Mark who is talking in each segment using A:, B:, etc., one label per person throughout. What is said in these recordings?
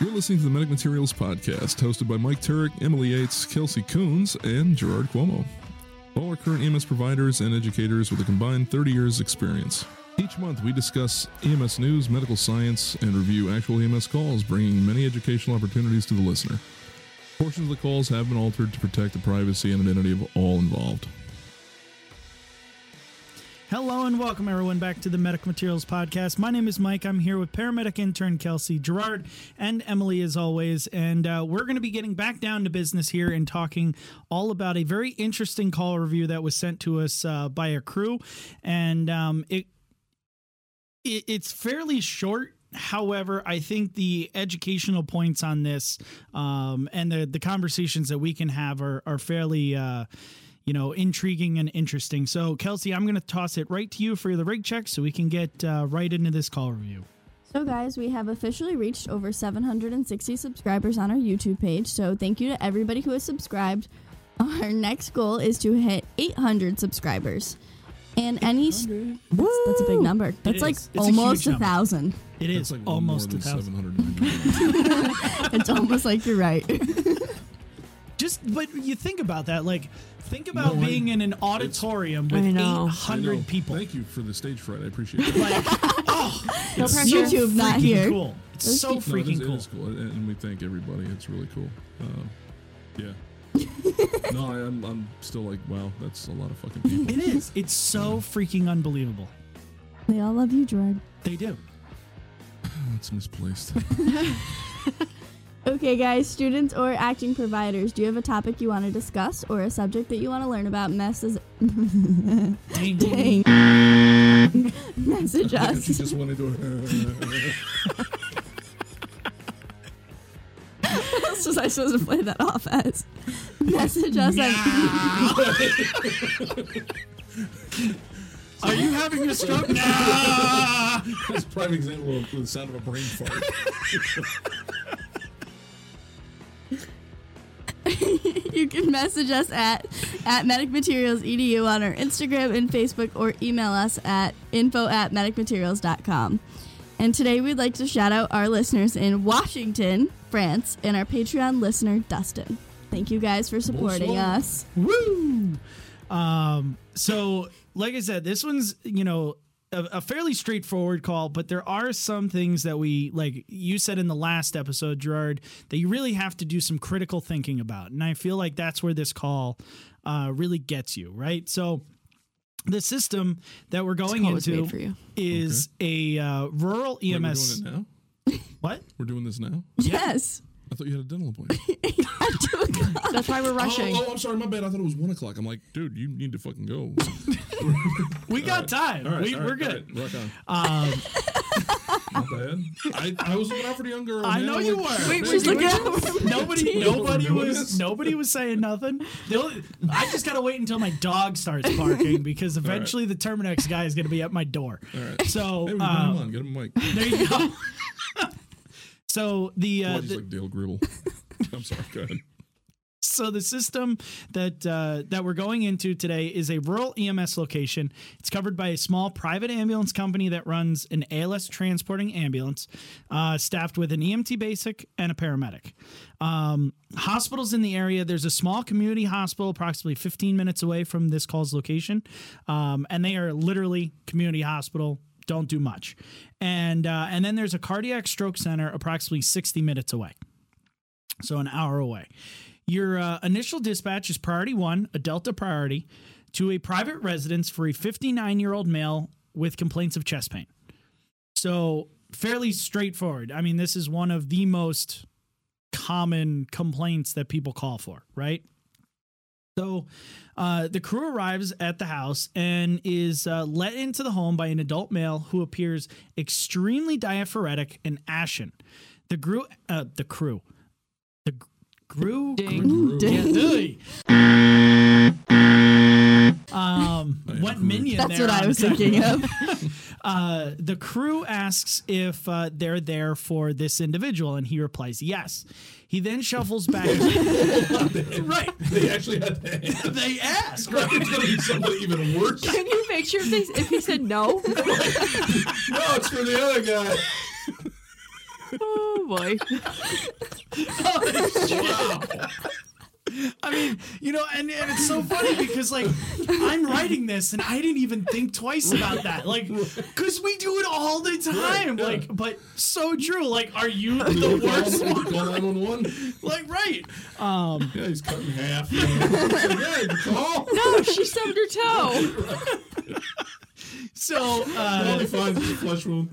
A: You're listening to the Medic Materials Podcast, hosted by Mike Turek, Emily Yates, Kelsey Coons, and Gerard Cuomo. All are current EMS providers and educators with a combined 30 years' experience. Each month, we discuss EMS news, medical science, and review actual EMS calls, bringing many educational opportunities to the listener. Portions of the calls have been altered to protect the privacy and identity of all involved.
B: Hello and welcome everyone back to the Medic Materials Podcast. My name is Mike. I'm here with paramedic intern Kelsey Gerard and Emily as always, and uh, we're going to be getting back down to business here and talking all about a very interesting call review that was sent to us uh, by a crew, and um, it, it it's fairly short. However, I think the educational points on this um, and the the conversations that we can have are are fairly. Uh, you know, intriguing and interesting. So, Kelsey, I'm going to toss it right to you for the rig check so we can get uh, right into this call review.
C: So, guys, we have officially reached over 760 subscribers on our YouTube page. So, thank you to everybody who has subscribed. Our next goal is to hit 800 subscribers. And any. s- That's, that's a big number. That's like
B: is. It's a
C: almost
B: huge
C: a,
B: number.
C: thousand.
B: It is almost a thousand.
A: 700.
C: It's almost like you're right.
B: Just, but you think about that. Like, think about
A: No, I-
B: being in an auditorium
D: I
B: with
D: know.
A: I know.
B: 800 people.
A: Thank you for the stage fright. I appreciate it.
B: Like, oh,
D: No
B: it's
D: pressure.
C: YouTube, not
B: freaking
C: here.
B: Cool. It's so
A: No, it is-
B: freaking
A: it
B: cool.
A: is cool, and- and we thank everybody. It's really cool. Uh, yeah. no, I, I'm, I'm still like, wow, that's a lot of fucking people.
B: It is. It's so freaking unbelievable.
C: They all love you, Gerard.
B: They do.
A: That's misplaced.
C: Okay, guys, students or acting providers, do you have a topic you want to discuss or a subject that you want to learn about? Message,
B: Dang.
C: dang. Message
A: she
C: us.
A: just wanted to.
C: What else was I supposed to play that off as? Message us at
B: Are you having a stroke? No.
A: That's a prime example of the sound of a brain fart.
C: you can message us at at Medic Materials EDU on our Instagram and Facebook or email us at info at medicmaterials.com. And today we'd like to shout out our listeners in Washington, France, and our Patreon listener, Dustin. Thank you guys for supporting
A: Bonsoir.
C: us.
B: Woo! Um, so, like I said, this one's you know a, a fairly straightforward call, but there are some things that we like. You said in the last episode, Gerard, that you really have to do some critical thinking about, and I feel like that's where this call uh, really gets you, right? So, the system that we're going
D: call was
B: into
D: made for you.
B: is a uh, rural
A: Wait, we're
B: EMS.
A: doing it now?
B: What?
A: We're doing this now?
C: Yes.
A: I thought you had a dental appointment.
D: That's why we're rushing.
A: Oh, oh, I'm sorry, my bad. I thought it was 1 o'clock. I'm like, dude, you need to fucking go.
B: We got time. we,
A: all
B: we're
A: all
B: good.
A: right, Um, rock on. Not bad. I, I was looking out for the young girl.
B: I
A: man.
B: know
A: I'm
B: you
A: like,
B: were.
A: shit,
B: Wait,
A: man,
C: She's
A: you
C: like, "Yeah,
B: Nobody, nobody
A: Doing
B: was,
A: this?
B: nobody was saying nothing. The only- I just gotta wait until my dog starts barking because eventually the Terminex guy is gonna be at my door.
A: right.
B: So
A: Hey, we
B: uh,
A: brought him on. Get him a mic.
B: there you go. so the,
A: Why
B: uh,
A: just
B: the-
A: like Dale Gribble. I'm sorry. Go ahead.
B: so the system that uh, that we're going into today is a rural EMS location. It's covered by a small private ambulance company that runs an ALS transporting ambulance, uh, staffed with an EMT basic and a paramedic. Um, hospitals in the area. There's a small community hospital approximately 15 minutes away from this call's location, um, and they are literally community hospital. Don't do much, and uh, and then there's a cardiac stroke center approximately 60 minutes away so an hour away. Your uh, initial dispatch is priority one, a Delta priority, to a private residence for a 59 year old male with complaints of chest pain. So fairly straightforward. I mean, this is one of the most common complaints that people call for, right? So uh, the crew arrives at the house and is uh, let into the home by an adult male who appears extremely diaphoretic and ashen. The crew, uh, the crew, the g- crew,
D: Ding.
B: Yeah, dude. um,
A: yeah,
B: went
A: crew.
B: minion.
C: That's
B: there
C: what I
B: on
C: was
B: second.
C: thinking of.
B: Uh, the crew asks if uh, they're there for this individual, and he replies yes. He then shuffles back. right.
A: They actually had to ask.
B: They ask.
A: Right, it's gonna be somebody even worse.
D: Can you make sure if, they, if he said no?
A: No, it's for the other guy.
D: Oh boy.
B: I mean, you know, and, and it's so funny because like I'm writing this and I didn't even think twice about that. Like, because we do it all the time.
A: Right, yeah.
B: Like, but so true. Like, are you the
A: You call
B: worst
A: him- you
B: one?
A: call 911?
B: Like, right.
A: Yeah, he's cut in half. you know. So, yeah, you call.
D: No, she stubbed her toe.
B: So,
A: All
B: uh,
A: he finds is a flesh wound.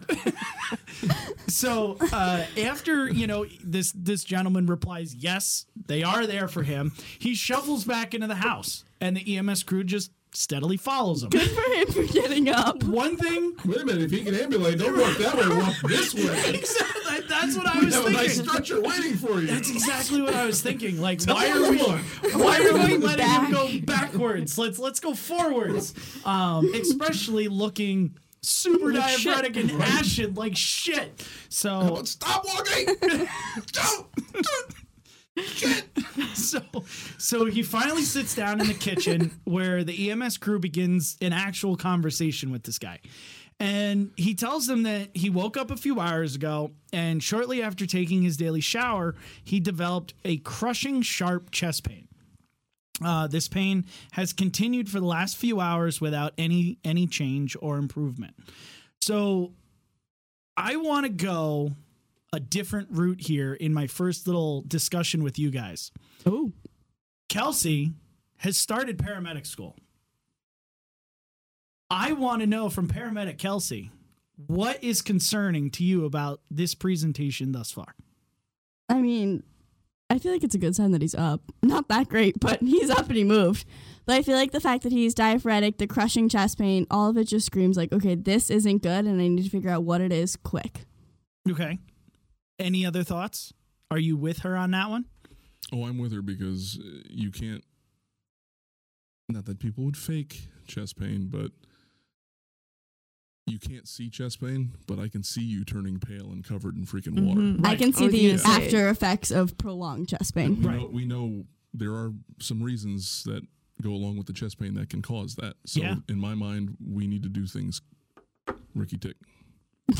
B: so uh, after you know this, this gentleman replies, "Yes, they are there for him." He shuffles back into the house, and the EMS crew just steadily follows him.
C: Good for him for getting up.
B: One thing,
A: Wait a minute, if he can ambulate, don't walk that way, walk this way.
B: that- that's what I was
A: Have a
B: thinking.
A: nice stretcher waiting for you.
B: That's exactly what I was thinking. Like, why
A: Why
B: are we?
A: we?
B: Why are we letting him go backwards? Let's let's go forwards. Um, especially looking super diaphoretic and ashen like shit. So
A: Stop walking! Don't!
B: so so he finally sits down in the kitchen where the EMS crew begins an actual conversation with this guy. And he tells them that he woke up a few hours ago and shortly after taking his daily shower, he developed a crushing sharp chest pain. Uh, this pain has continued for the last few hours without any any change or improvement. So I want to go a different route here in my first little discussion with you guys.
D: Oh.
B: Kelsey has started paramedic school. I want to know from paramedic Kelsey, what is concerning to you about this presentation thus far?
C: I mean, I feel like it's a good sign that he's up. Not that great, but he's up and he moved. But I feel like the fact that he's diaphoretic, the crushing chest pain, all of it just screams like, okay, this isn't good, and I need to figure out what it is quick.
B: Okay. Any other thoughts? Are you with her on that one?
A: Oh, I'm with her because uh, you can't. Not that people would fake chest pain, but you can't see chest pain, but I can see you turning pale and covered in freaking water.
B: Mm-hmm.
C: I can see
D: Oh,
C: the
D: yeah.
C: after effects of prolonged chest
A: And
C: pain.
A: we,
B: Right.
A: know, we know there are some reasons that go along with the chest pain that can cause that. So,
B: Yeah.
A: in my mind, we need to do things Ricky Tick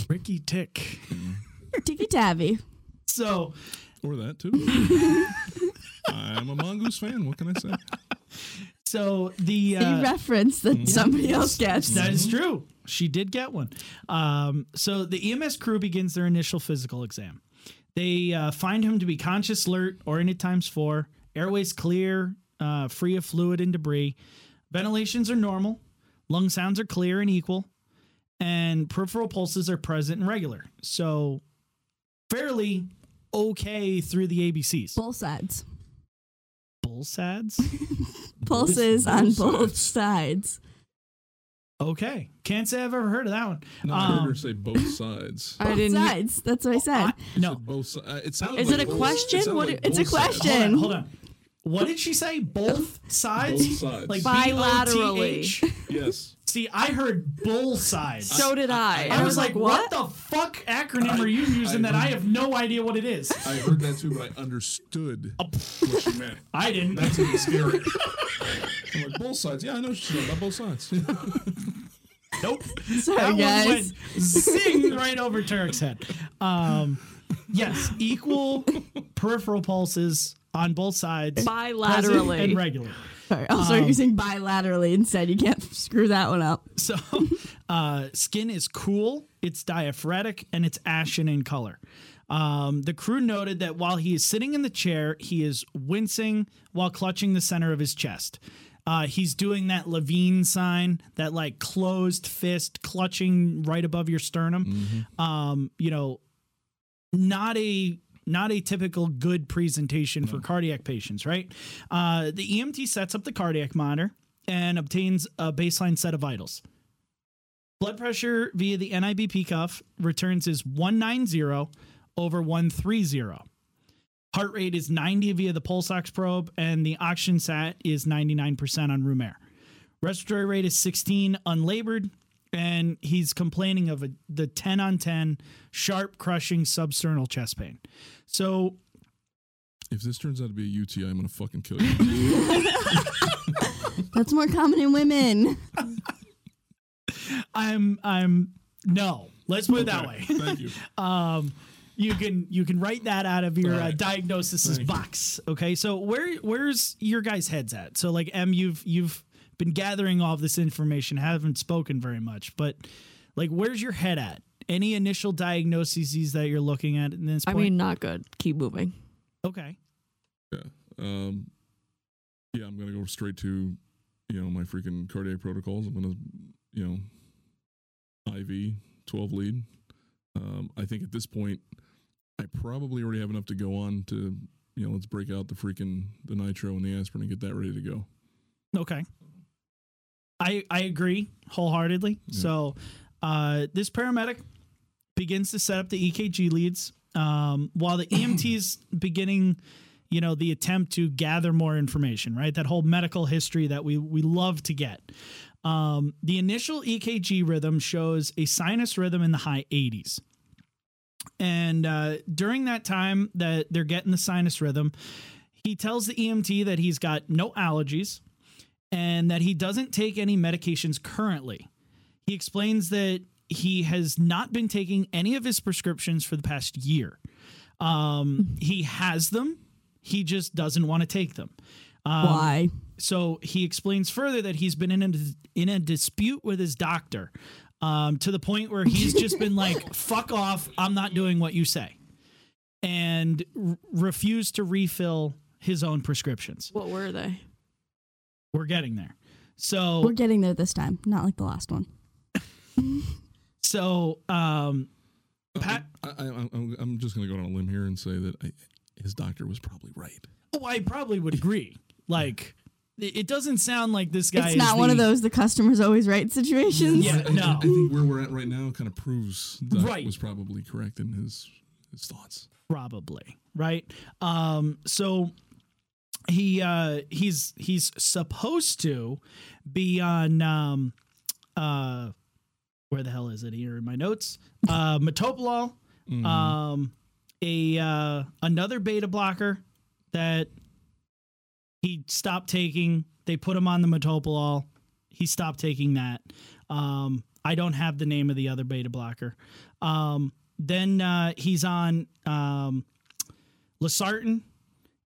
B: Ricky Tick.
C: Tiki Tavi.
B: So,
A: or that too. I'm a mongoose fan. What can I say?
B: so the
C: The
B: uh,
C: reference that somebody else gets.
B: That is true. She did get one. Um, so the EMS crew begins their initial physical exam. They uh, find him to be conscious, alert, oriented times four, airways clear, uh, free of fluid and debris. Ventilations are normal. Lung sounds are clear and equal. And peripheral pulses are present and regular. So fairly okay through the ABCs.
C: Both sides.
B: Bull sads?
C: Pulses on
A: both
C: both sides.
B: Okay. Can't say I've ever heard of that one.
A: No, I
B: Um,
A: heard her say both sides.
D: I
C: Both
D: didn't. e-
C: sides. That's what I said.
B: No.
A: Both si- uh, it sounded
D: Is
A: like
D: it a
A: both-
D: question?
A: sounded
D: What
A: like
D: i- it's
A: both
D: a
A: sides.
B: Hold
C: question.
B: on, hold on. What did she say? Both sides?
A: Both sides.
B: Like
D: Bilaterally.
B: B O T H?
A: Yes.
B: See, I heard bull sides.
D: So did I.
B: I was like, what? the fuck acronym are you using
A: I-
B: that I have no idea what it is?
A: I heard that too, but I understood what she meant.
B: I didn't.
A: That's even scary. I'm like, both sides. Yeah, I know she's about both sides.
B: Nope.
C: Sorry,
B: That one
C: guys.
B: went zing right over Tarek's head. Um, yes, equal peripheral pulses on both sides. present And
D: Bilaterally.
B: regular.
C: Sorry. Also, you're using bilaterally instead. You can't screw that one up.
B: So, uh, skin is cool, it's diaphoretic, and it's ashen in color. Um, the crew noted that while he is sitting in the chair, he is wincing while clutching the center of his chest. Uh, he's doing that Levine sign, that like closed fist clutching right above your sternum. Um, you know, not a not a typical good presentation for cardiac patients, right? Uh, the EMT sets up the cardiac monitor and obtains a baseline set of vitals. Blood pressure via the NIBP cuff returns is 190 over 130. Heart rate is 90 via the pulse ox probe, and the oxygen sat is 99% on room air. Respiratory rate is 16 unlabored, and he's complaining of a, the 10 on 10 sharp crushing substernal chest pain. So
A: If this turns out to be a UTI, I'm gonna fucking kill you.
C: That's more common in women.
B: I'm I'm no. Let's put it that way.
A: Thank you.
B: Um, you can you can write that out of your uh,
A: Right.
B: diagnosis
A: Thank you.
B: box. Okay, so where where's your guys' heads at? So like M, you've you've been gathering all this information, haven't spoken very much, but like where's your head at? Any initial diagnoses that you're looking at in this
D: I
B: point?
D: mean, not good. Keep moving.
B: okay,
A: Um, yeah, I'm gonna go straight to, you know, my freaking cardiac protocols. I'm gonna, you know, IV twelve lead. Um, I think at this point, I probably already have enough to go on to, you know, let's break out the freaking the nitro and the aspirin and get that ready to go.
B: okay. I I agree wholeheartedly.
A: Yeah.
B: So uh, this paramedic begins to set up the EKG leads um, while the EMT's beginning, you know, the attempt to gather more information, right? That whole medical history that we we love to get. Um, the initial EKG rhythm shows a sinus rhythm in the high 80s. And uh, during that time that they're getting the sinus rhythm, he tells the EMT that he's got no allergies and that he doesn't take any medications currently. He explains that he has not been taking any of his prescriptions for the past year. Um, he has them, he just doesn't want to take them. Um,
D: Why?
B: so he explains further that he's been in a, in a dispute with his doctor um, to the point where he's just been like, fuck off, I'm not doing what you say, and r- refused to refill his own prescriptions.
D: What were they?
B: We're getting there. So
C: We're getting there this time, not like the last one.
B: So, um, Pat-
A: Uh, I, I, I, I'm, I'm just gonna go on a limb here and say that I, his doctor was probably right.
B: oh, I probably would agree. Like, it it doesn't sound like this guy.
C: It's
B: is
C: not one of
B: the-
C: those the customer's always right situations.
B: Yeah,
A: I, I-
B: no.
A: I think where we're at right now kind of proves that
B: Right.
A: was probably correct in his his thoughts.
B: probably right. Um, so he uh, he's he's supposed to be on um, uh, where the hell is it here in my notes? Uh, metoprolol, um, a uh, another beta blocker that he stopped taking. They put him on the metoprolol. He stopped taking that. Um, I don't have the name of the other beta blocker. Um, then uh, he's on um, losartan,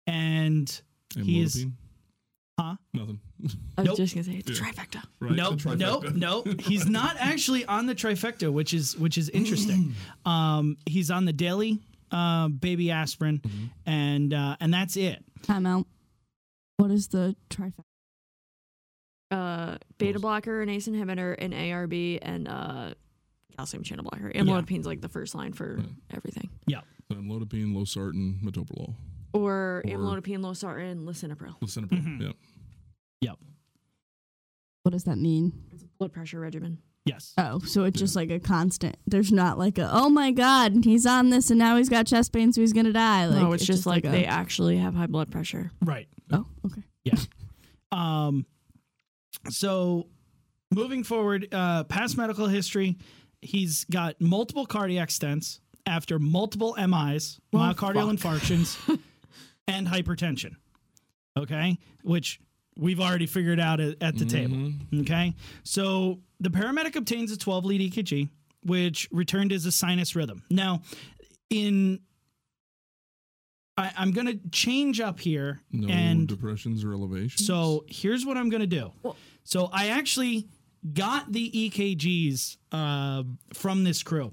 B: and
A: And
B: He is-
A: Lodipine?
B: Huh?
A: Nothing.
D: I was
B: Nope.
D: just gonna say it's
A: Yeah.
D: trifecta.
A: right?
B: nope,
A: The
B: nope,
A: trifecta.
B: nope. He's not actually on the trifecta, which is which is interesting.
A: Mm.
B: um, he's on the daily uh, baby aspirin,
A: Mm-hmm.
B: and uh, and that's it.
C: Time out. What is the trifecta?
D: Uh, beta blocker, an ACE inhibitor, an ARB, and uh, calcium channel blocker. Amlodepine's like the first line for everything.
A: So Amlodipine, losartan, metoprolol,
D: Or,
A: Or-
D: amlodipine, losartan, lisinopril.
A: lisinopril.
B: Mhm.
A: Yeah.
C: What does that mean?
D: It's a blood pressure regimen.
B: Yes.
C: Oh, so it's just like a constant. There's not like a oh my god, he's on this and now he's got chest pain, so he's gonna die. Like,
D: no, it's, just, like, they
C: a,
D: actually have high blood pressure.
B: Right.
C: oh okay.
B: Um, so moving forward, uh, past medical history, he's got multiple cardiac stents after multiple MIs,
A: Oh,
D: Well,
B: myocardial infarctions, and hypertension. Okay, which we've already figured out at, at
A: Mm-hmm.
B: the table. Okay, so the paramedic obtains a 12 lead EKG, which returned as a sinus rhythm. Now, in I, I'm gonna change up here
A: No
B: and
A: depressions or elevations.
B: so here's what I'm gonna do. So I actually got the EKGs uh, from this crew,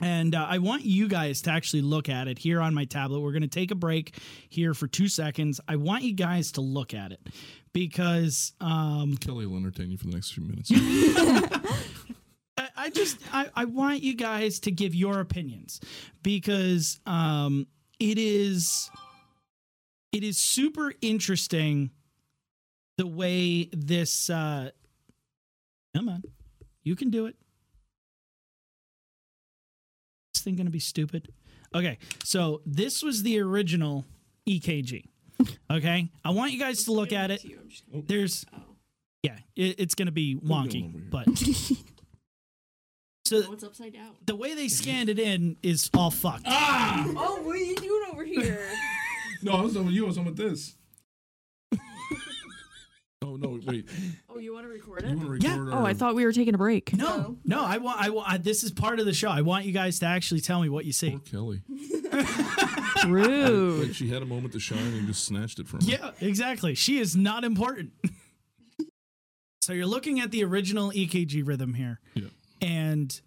B: and uh, I want you guys to actually look at it here on my tablet. We're gonna take a break here for two seconds. I want you guys to look at it because um,
A: Kelly will entertain you for the next few minutes.
B: I, I just I, I want you guys to give your opinions because um it is it is super interesting the way this uh come on you can do it this thing gonna be stupid okay so this was the original ekg okay i want you guys to look at it there's yeah it, it's gonna be wonky
A: over here.
B: but so
D: it's upside down.
B: the way they scanned it in is all fucked.
D: Oh, what are you doing over here?
A: no, I was done with you. I was done with this. oh no, wait,
D: Oh, you want to record
A: you want to record
B: Yeah.
A: our...
D: Oh, I thought we were taking a break.
B: No, no, I want, I want, I, this is part of the show. I want you guys to actually tell me what you see.
A: Poor Kelly.
D: Rude.
A: Like she had a moment to shine and you just snatched it from her.
B: Yeah, exactly. She is not important. so you're looking at the original EKG rhythm here.
A: Yeah.
B: And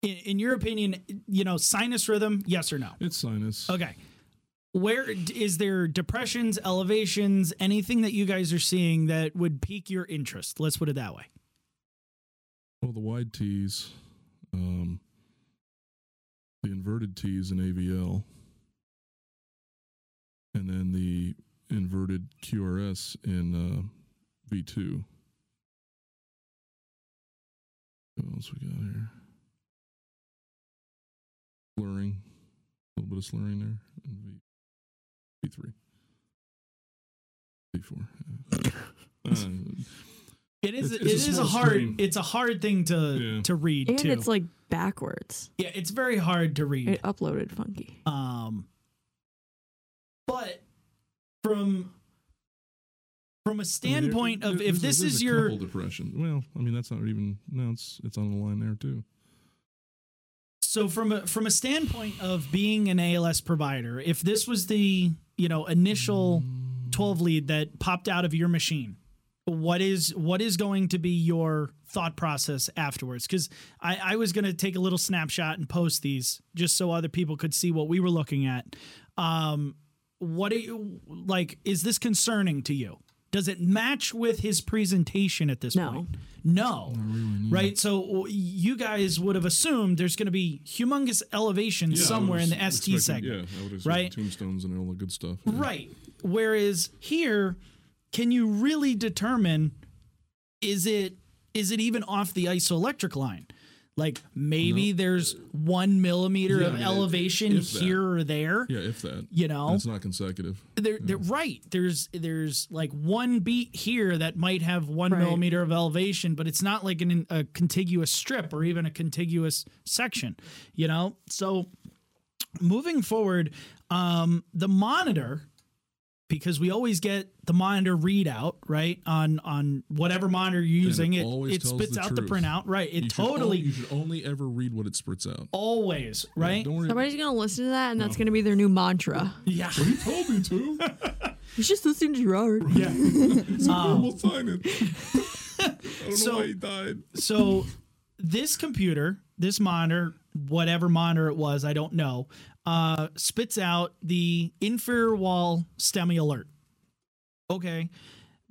B: in, in your opinion, you know, sinus rhythm, yes or no?
A: It's sinus.
B: Okay. Where d- is there depressions, elevations, anything that you guys are seeing that would pique your interest? Let's put it that way.
A: Well, Oh, the wide T's, um, the inverted T's in AVL, and then the inverted QRS in uh, V2. What else we got here? Slurring, a little bit of slurring there in V, V3. V4. yeah. Uh,
B: It is
A: It's-
B: it
A: it's a
B: is a
A: small
B: hard
A: screen.
B: it's a hard thing to
A: Yeah.
B: to read
D: And
B: too.
D: it's like backwards.
B: yeah, it's very hard to read.
D: It uploaded funky.
B: Um, but from from a standpoint
A: There-
B: of
A: there-
B: if
A: there's
B: this
A: a- there's
B: is
A: a
B: your
A: couple depression, well, I mean that's not even no, it's it's on the line there too.
B: so from a from a standpoint of being an ALS provider, if this was the you know initial twelve lead that popped out of your machine, what is what is going to be your thought process afterwards? Because I, I was going to take a little snapshot and post these just so other people could see what we were looking at. Um, what do you like? Is this concerning to you? Does it match with his presentation at this
D: No.
B: point? No, right? So w- you guys would have assumed there's going to be humongous elevation
A: Yeah, I
B: somewhere in
A: was
B: the ST
A: expecting-
B: segment,
A: Yeah, I would expect
B: right?
A: tombstones and all the good stuff. yeah.
B: right? Whereas here, can you really determine is it is it even off the isoelectric line? Like maybe there's one millimeter
A: Yeah, I
B: of
A: mean, it-
B: elevation
A: if that.
B: here or there.
A: Yeah, if that.
B: You know,
A: And it's not consecutive.
B: they're, they're
A: Hmm.
B: right. There's there's like one beat here that might have one
D: Right.
B: millimeter of elevation, but it's not like an, a contiguous strip or even a contiguous section. You know, so moving forward, um, the monitor because we always get the monitor readout right on on whatever monitor you're using. It
A: always
B: it,
A: tells
B: spits
A: the
B: out the
A: truth.
B: printout, right? It
A: You should
B: totally
A: on- you should only ever read what it spurts out.
B: always right.
A: Don't worry.
D: Somebody's gonna listen to that, and that's gonna be their new mantra.
B: yeah.
A: He told me to.
D: He's just listening to Gerard.
B: Yeah.
A: I will sign it. I don't
B: So-
A: know why he died.
B: so this computer, this monitor, whatever monitor it was, I don't know, uh, spits out the inferior wall STEMI alert. Okay.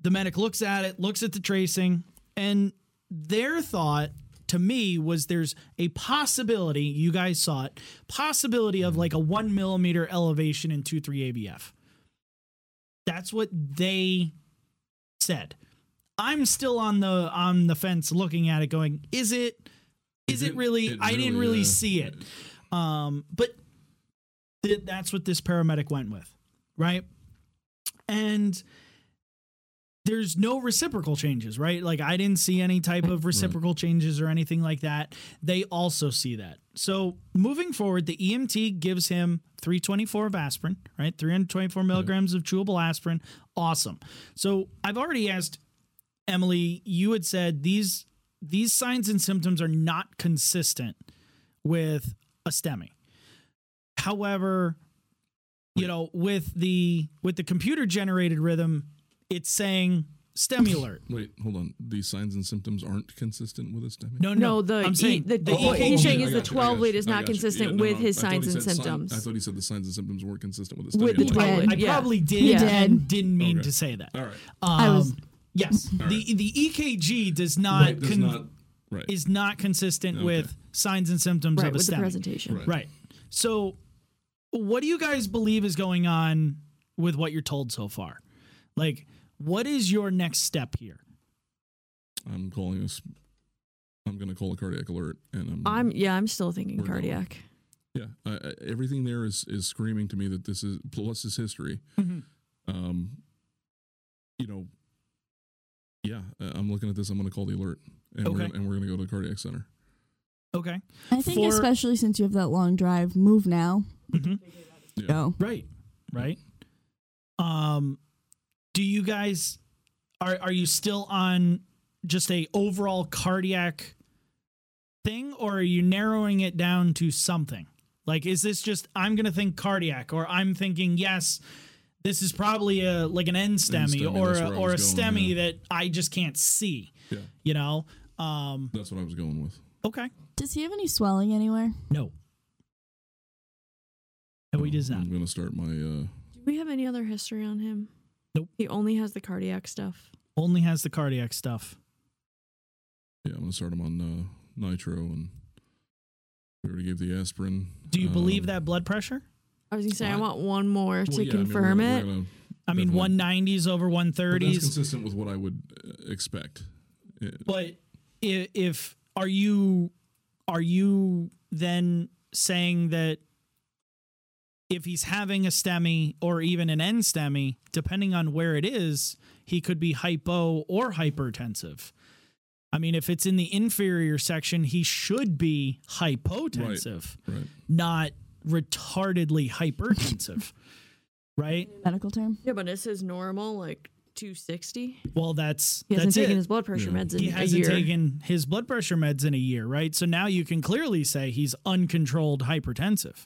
B: The medic looks at it, looks at the tracing, and their thought to me was there's a possibility, you guys saw it, possibility of like a one millimeter elevation in 2,3 ABF. That's what they said. I'm still on the on the fence looking at it going, is it
A: Is
B: is, it,
A: it-
B: really
A: it
B: I didn't
A: really,
B: really
A: uh,
B: see it. Um but th- that's what this paramedic went with, right? And there's no reciprocal changes, right? Like I didn't see any type of reciprocal changes or anything like that. They also see that. So moving forward, the EMT gives him 324 of aspirin, right? 324 milligrams of chewable aspirin. Awesome. So I've already asked Emily, you had said these these signs and symptoms are not consistent with a STEMI. However, you know, with the with the computer generated rhythm, it's saying STEMI alert.
A: Wait, hold on. These signs and symptoms aren't consistent with this damage.
B: No, no,
D: No, the
B: I'm saying
D: e, the, the
B: oh, oh,
D: EKG
B: oh, okay,
D: thing is
B: I
D: the
B: got you, I
D: 12 lead
A: lead
D: is not consistent with his signs and symptoms.
A: I thought he said the signs and symptoms weren't consistent with this.
D: With the
A: damage.
D: twelve lead,
B: I
D: yeah.
B: probably did
D: Yeah.
B: and didn't mean
A: Okay.
B: to say that.
A: All right.
C: I was-
B: Um, yes, the the EKG does not,
A: Right, does
B: con-
A: not- right.
B: is not consistent
A: Okay.
B: with signs and symptoms
D: right
B: of a
D: with the
B: STEMI.
D: presentation.
A: Right.
B: Right. So, what do you guys believe is going on with what you're told so far? Like, what is your next step here?
A: I'm calling this. I'm going to call a cardiac alert, and I'm.
D: I'm yeah, I'm still thinking
A: We're going.
D: cardiac.
A: yeah, I, I, everything there is is screaming to me that this is plus his history.
D: Mm-hmm.
A: Um, you know. Yeah, I- I'm looking at this. I'm going to call the alert, and we're
B: Okay.
A: gonna, and we're going to go to the cardiac center.
B: Okay.
C: I think,
B: For-
C: especially since you have that long drive, move now.
A: Mm-hmm.
B: Mhm.
A: Yeah.
C: Go.
B: Right. Right. Um, do you guys Are are you still on just a overall cardiac thing, or are you narrowing it down to something? Like, is this just I'm gonna think cardiac, or I'm thinking yes, this is probably a like an end STEMI,
A: STEMI,
B: or
A: that's
B: a,
A: where I
B: or a
A: was going,
B: STEMI
A: yeah.
B: that I just can't see.
A: Yeah.
B: You know. Um.
A: That's what I was going with.
B: Okay.
C: Does he have any swelling anywhere?
B: No. No, he does not.
A: I'm going to start my. uh
D: Do we have any other history on him?
B: Nope.
D: He only has the cardiac stuff.
B: Only has the cardiac stuff.
A: Yeah, I'm going to start him on uh, nitro, and we already gave the aspirin.
B: Do you believe
A: Um,
B: that blood pressure?
D: I was gonna say I
A: What?
D: want one more
A: well,
D: to
A: yeah, I mean, we're
D: confirm
A: gonna-
D: it.
A: we're gonna-
B: I mean,
A: Definitely.
B: one nineties over one
A: but that's
B: thirties.
A: consistent with what I would uh, expect. Uh, It-
B: But if, if are you are you then saying that if he's having a STEMI or even an end STEMI, depending on where it is, he could be hypo or hypertensive. I mean, if it's in the inferior section, he should be hypotensive,
A: right.
B: not retardedly hypertensive. right?
C: Medical term.
D: Yeah, but it says normal like 260.
B: Well, that's
D: He hasn't
B: that's
D: taken
B: it.
D: his blood pressure
A: Yeah.
D: meds in
B: he
D: a
B: hasn't
D: year.
B: taken his blood pressure meds in a year, right? So now you can clearly say he's uncontrolled hypertensive,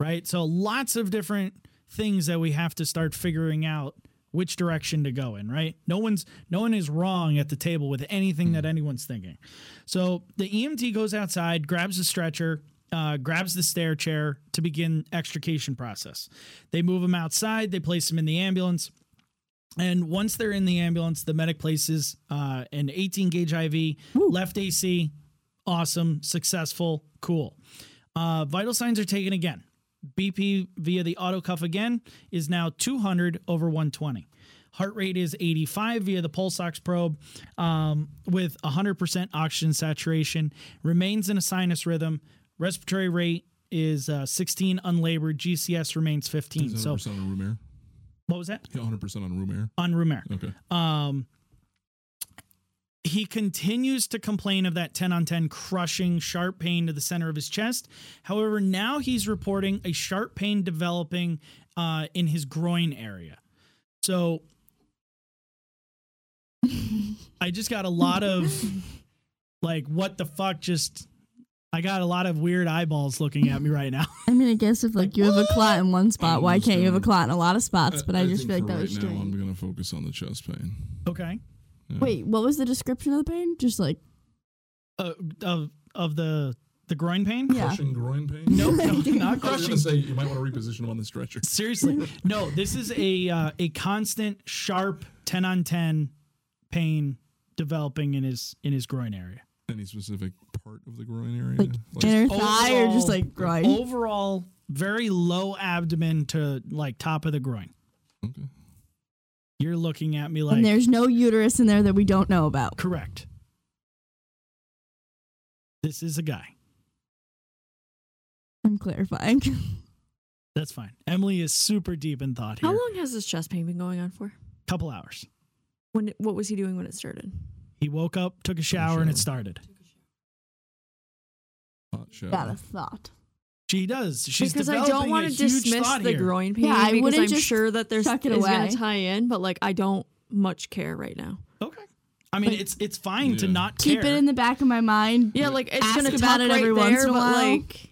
B: right? So lots of different things that we have to start figuring out which direction to go in, right? No one's no one is wrong at the table with anything that anyone's thinking. So the EMT goes outside, grabs the stretcher, uh, grabs the stair chair to begin extrication process. They move him outside, they place him in the ambulance. And once they're in the ambulance, the medic places uh, an 18 gauge IV, left AC, awesome, successful, cool. Uh, vital signs are taken again. BP via the auto cuff again is now 200 over 120. Heart rate is 85 via the pulse ox probe um, with 100% oxygen saturation, remains in a sinus rhythm. Respiratory rate is uh, 16 unlabored. GCS remains 15.
A: Is
B: Hmm,
A: 100%
B: So,
A: on room air?
B: what was that?
A: Yeah, 100% on room air.
B: On room air
A: Okay.
B: um he continues to complain of that 10 on 10 crushing sharp pain to the center of his chest however now he's reporting a sharp pain developing uh, in his groin area so i just got a lot of like what the fuck just i got a lot of weird eyeballs looking at me right now
C: I'm gonna guess if like you have a clot in one spot, why can't you have a clot in a lot of spots? But I, just
A: think
C: feel like
A: for
C: that
A: right
C: was
A: now, I'm
C: strange.
A: going to focus on the chest pain.
B: okay
A: Yeah.
C: Wait, what was the description of the pain? Just like
B: uh, of of the the groin pain
C: yeah.
A: Crushing groin pain?
B: no, no not
A: I was
B: crushing
A: going to say you might want to reposition him on the stretcher.
B: Seriously, no. This is a uh, a constant, sharp, ten on ten pain developing in his in his groin area.
A: Any specific part of the groin area?
C: Like, inner thigh or
B: overall-
C: just like groin.
B: Overall, very low abdomen to like top of the groin.
A: okay.
B: You're looking at me like
C: and there's no uterus in there that we don't know about.
B: correct. This is a guy.
C: I'm clarifying.
B: That's fine. Emily is super deep in thought
D: How
B: here.
D: long has this chest pain been going on for?
B: Couple hours.
D: When what was he doing when it started?
B: He woke up, took a shower, and it
A: shower.
B: started.
A: Hot shower.
C: Got a thought.
B: She does. She's
D: because I
B: developing
D: don't want
B: a
D: to
B: huge
D: dismiss
B: thought
D: the
B: here.
D: groin pain.
C: Yeah, I
D: because
C: wouldn't
D: I'm
C: just
D: sure that there's
C: chuck it
D: is
C: away.
D: gonna tie in, but like I don't much care right now.
B: Okay. I mean,
C: Like-
B: it's it's fine to
A: Yeah.
B: not
C: Keep
B: care.
C: it in the back of my mind.
D: Yeah, like it's
C: Ask
D: gonna
C: about
D: tuck
C: it
D: right
C: every once
D: there,
C: in a
D: but
C: while.
D: like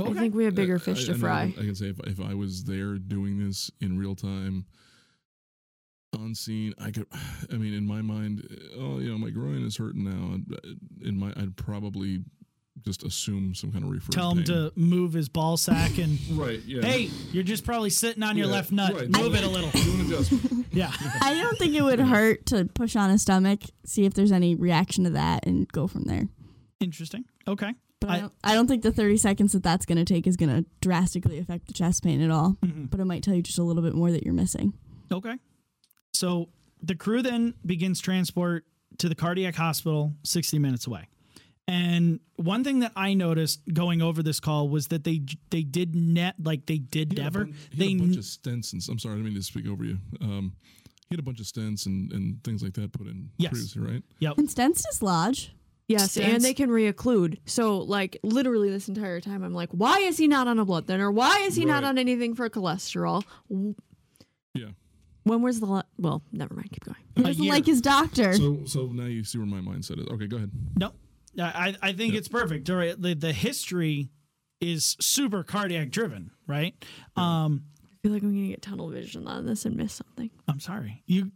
D: I
B: Okay.
D: think we have bigger
A: Uh,
D: fish
A: I-
D: to
A: and
D: fry.
A: I, I can say if, if I was there doing this in real time, on scene, I could. I mean, in my mind, oh, you know, my groin is hurting now. and, uh, In my, I'd probably just assume some kind of referral.
B: Tell him
A: pain.
B: to move his ball sack and
A: Right. Yeah.
B: hey, you're just probably sitting on your
A: Yeah,
B: left nut.
A: right.
B: Move it a little.
A: Do an adjustment.
B: Yeah.
C: I don't think it would hurt to push on his stomach, see if there's any reaction to that, and go from there.
B: Interesting. Okay.
C: But I,
B: I-
C: don't, I don't think the 30 seconds that that's going to take is going to drastically affect the chest pain at all.
A: Mm-hmm.
B: Mhm.
C: But it might tell you just a little bit more that you're missing.
B: Okay. So the crew then begins transport to the cardiac hospital 60 minutes away. And one thing that I noticed going over this call was that they they did net like they did
A: He had a
B: never
A: bun- he
B: they
A: had a
B: n-
A: bunch of stents and I'm sorry, I didn't mean to speak over you. Um, he had a bunch of stents and, and things like that put in
B: Yes.
A: previously, right?
B: yep.
C: And stents dislodge.
D: Yes,
B: Stents.
D: and they can reocclude. So, like, literally this entire time, I'm like, why is he not on a blood thinner? Why is he not
A: Right.
D: on anything for cholesterol? W-
A: Yeah.
D: When was the la- well? Never mind. Keep going.
C: He
B: A
C: doesn't
B: year.
C: like his doctor.
A: So, so now you see where my mindset is. Okay, go ahead.
B: No, I, I think it's perfect. All right, the, the history is super cardiac driven, right? Um,
D: I feel like I'm gonna get tunnel vision on this and miss something.
B: I'm sorry, you.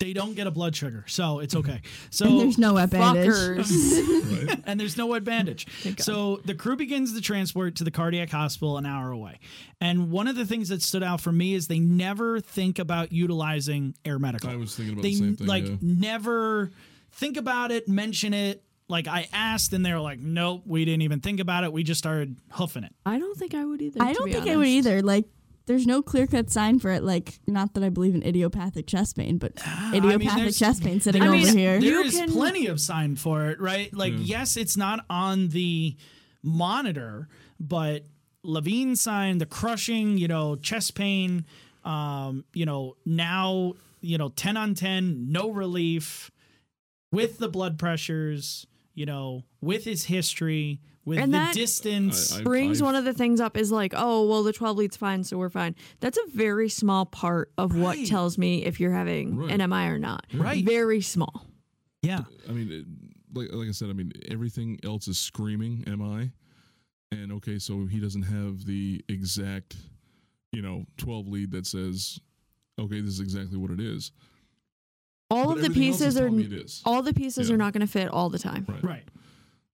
B: They don't get a blood sugar, so it's okay. So
C: and there's no wet bandage.
D: Fuckers.
A: Right?
B: and there's no wet bandage.
D: God.
B: So the crew begins the transport to the cardiac hospital an hour away. And one of the things that stood out for me is they never think about utilizing air medical.
A: I was thinking about
B: they
A: the same thing.
B: like
A: yeah.
B: never think about it, mention it. Like I asked, and they were like, "Nope, we didn't even think about it. We just started hoofing it."
D: I don't think I would either.
C: I
D: to
C: don't
D: be
C: think I would
D: honest.
C: either. Like, there's no clear cut sign for it. Like, not that I believe in idiopathic chest pain, but
B: mean,
C: idiopathic
B: there's-
C: chest pain sitting
D: I
C: over
D: mean,
C: here.
D: there-
B: There
D: You
B: is
D: can-
B: plenty of sign for it, right? Like,
A: Hmm.
B: yes, it's not on the monitor, but Levine sign, the crushing, you know, chest pain, um, you know, now, you know, 10 on 10, no relief with the blood pressures, you know, with his history, with
D: And
B: the
D: that-
B: distance.
A: I- I-
D: brings
A: I've-
D: one of the things up is like, oh, well, the 12 lead's fine, so we're fine. That's a very small part of what
B: Right.
D: tells me if you're having
A: Right.
D: an MI or not.
B: Right.
D: Very small.
B: yeah.
A: I mean, it, like like I said, I mean everything else is screaming. Am I? And okay, so he doesn't have the exact, you know, twelve lead that says, okay, this is exactly what it is.
D: All
A: But
D: of the
A: everything else
D: pieces
A: is
D: are
A: telling me it is.
D: all the pieces
A: Yeah.
D: are not going to fit all the time.
A: Right.
B: Right.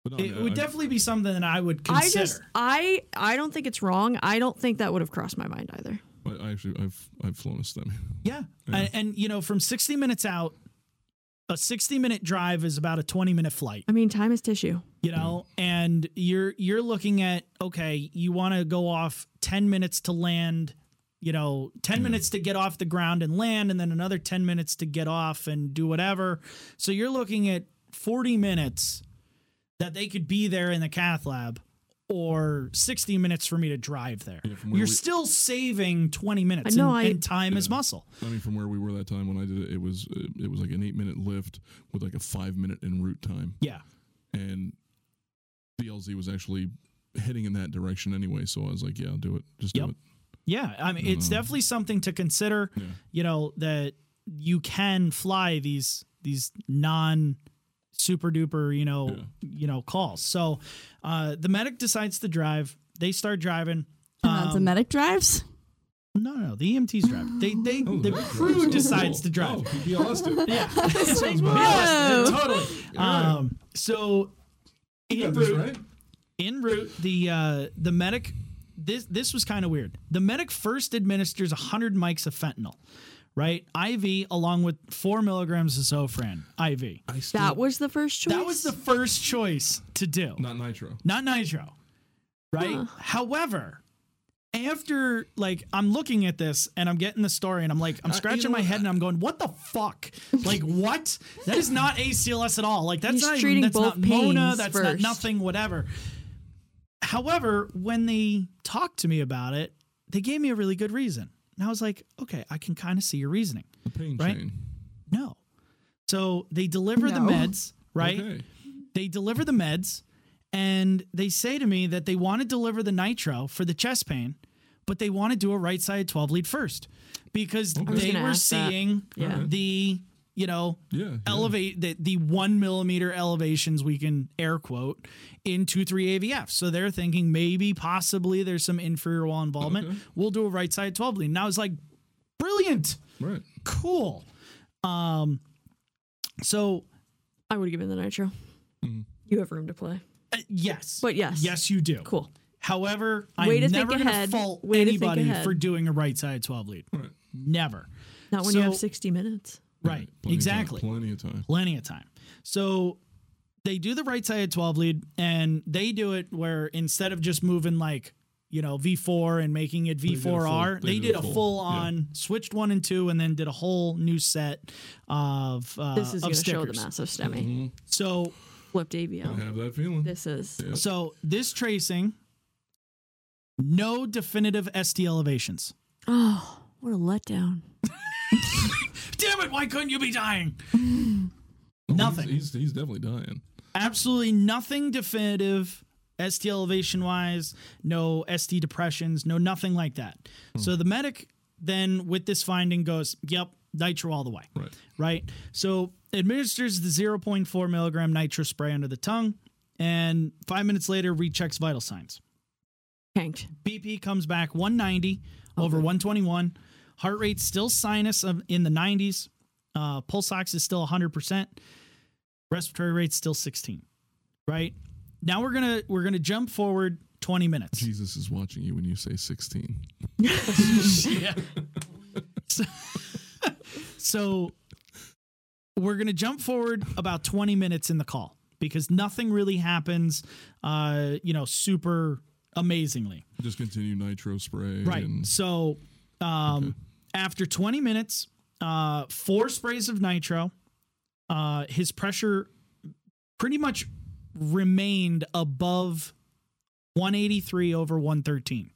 A: But no,
B: It
A: I-
B: would
A: Oh, I-
B: definitely be something that I would
D: I
B: consider.
D: just I I don't think it's wrong. I don't think that would have crossed my mind either.
A: I, I actually, I've I've flown a stem.
B: Yeah. And, and, you know, from 60 minutes out, a 60 minute drive is about a 20 minute flight,
D: I mean, time is tissue.
B: you
A: Mm-hmm.
B: know, and you're you're looking at okay, you want to go off 10 minutes to land, you know, 10
A: Mm-hmm.
B: minutes to get off the ground and land and then another 10 minutes to get off and do whatever. So you're looking at 40 minutes that they could be there in the cath lab or 60 minutes for me to drive there.
A: from where
B: you're
A: we-
B: still saving 20 minutes
D: know,
B: and,
D: I-
B: and time is muscle.
A: I mean, from where we were that time when I did it, it was it, it was like an eight minute lift with like a five minute en route time,
B: Yeah.
A: and BLZ was actually heading in that direction anyway. So I was like, yeah, I'll do it. Just
B: Yep.
A: do it.
B: Yeah, I mean, it's definitely something to consider. You know that you can fly these these non super duper you know you know calls. So uh, the medic decides to drive. They start driving.
C: Uh, it's a medic drives.
B: No, no, no the EMTs drive. They they the
A: Right.
B: crew
A: Cool.
B: decides to drive.
A: Oh, PBLS did.
B: Yeah,
C: Whoa.
B: totally. Um, so
A: Yeah,
B: en
A: that's
B: route,
A: right.
B: en route, the uh, the medic. This this was kind of weird. The medic first administers 100 mics of fentanyl, right? IV, along with four milligrams of Zofran IV.
D: That was the first choice.
B: That was the first choice to do,
A: Not nitro.
B: not nitro, right? However, after like I'm looking at this and I'm getting the story and I'm like I'm
A: Uh, you
B: scratching
A: know
B: my
A: what?
B: head and I'm going, what the fuck? Like what? That is not ACLS at all. Like that's
D: He's
B: not even,
D: treating
B: that's not
D: both
B: Mona.
D: pains
B: That's not
D: first.
B: nothing. Whatever. However, when they talked to me about it, they gave me a really good reason, and I was like, okay, I can kind of see your reasoning.
A: The pain
B: Right?
A: chain.
B: No, so they deliver the
C: No.
B: meds, right?
A: Okay.
B: they deliver the meds and they say to me that they want to deliver the nitro for the chest pain, but they want to do a right side 12 lead first because
D: was
B: they
D: gonna
B: were
D: ask that.
B: seeing
D: Yeah.
B: the, you know,
A: Yeah. yeah.
B: elevate the, the one millimeter elevations we can air quote in 2-3 avf so they're thinking maybe possibly there's some inferior wall involvement
A: Okay.
B: we'll do a right side 12 lead and i was like brilliant
A: Right.
B: cool um so
D: I would have given the nitro.
B: Mm-hmm.
D: You have room to play.
B: uh, yes
D: But yes.
B: yes you do
D: Cool.
B: However,
D: Way
B: I'm
D: to think
B: never going to
D: ahead.
B: fault
D: Way to think
B: anybody
D: ahead.
B: for doing a right side 12 lead.
A: Right.
B: Never.
D: Not when you have
B: So-
D: 60 minutes.
B: Right.
A: Plenty of time,
B: exactly.
A: plenty of time.
B: Plenty of time. So they do the right side 12 lead and they do it where instead of just moving like, you know, V4 and making it
A: did a full-
B: V4R, they, did a full, on, switched one and two, and then did a whole new set of, uh,
D: This is
B: of
D: going to show the
B: stickers. Mm-hmm.
D: massive STEMI.
B: So
D: Flipped AVO.
A: I have that feeling.
D: This is
A: Yeah.
B: So this tracing, no definitive ST elevations.
D: oh, what a letdown.
B: Damn it, why couldn't you be dying?
A: Oh, he's-
B: nothing.
A: He's, he's, definitely dying.
B: absolutely nothing definitive ST
A: Hmm.
B: elevation wise, no ST depressions, no nothing like that. So the medic then with this finding goes, yep, nitro all the way,
A: Right.
B: right? So administers the 0.4 milligram nitro spray under the tongue, and five minutes later rechecks vital signs.
D: Tanked.
B: BP comes back 190 over 121. Heart rate still sinus of, in the 90s. Uh, pulse ox is still 100%. Respiratory rate still 16. Right? Now we're going to we're going to jump forward 20 minutes.
A: Jesus is watching you when you say 16.
B: yeah. So, so we're going to jump forward about 20 minutes in the call because nothing really happens uh you know super amazingly.
A: Just continue nitro spray.
B: Right.
A: And
B: So, um, after 20 minutes, uh, four sprays of nitro, uh, his pressure pretty much remained above 183 over 113.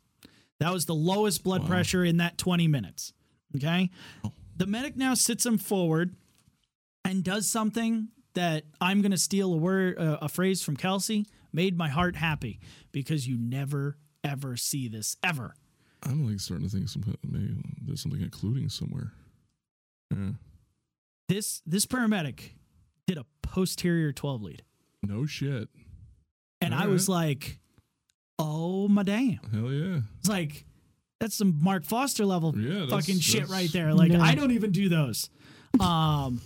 B: That was the lowest blood
A: Wow. Oh.
B: pressure in that 20 minutes. Okay. The medic now sits him forward and does something that I'm going to steal a word, uh, a phrase from Kelsey, made my heart happy because you never, ever see this ever.
A: I'm like starting to think some, maybe there's something occluding somewhere. Yeah.
B: this this paramedic did a posterior 12 lead
A: No shit.
B: and i was like oh my damn
A: Hell yeah.
B: it's like that's some mark foster level
A: Yeah, that's-
B: fucking shit
A: that's-
B: right there like
D: No.
B: i don't even do those um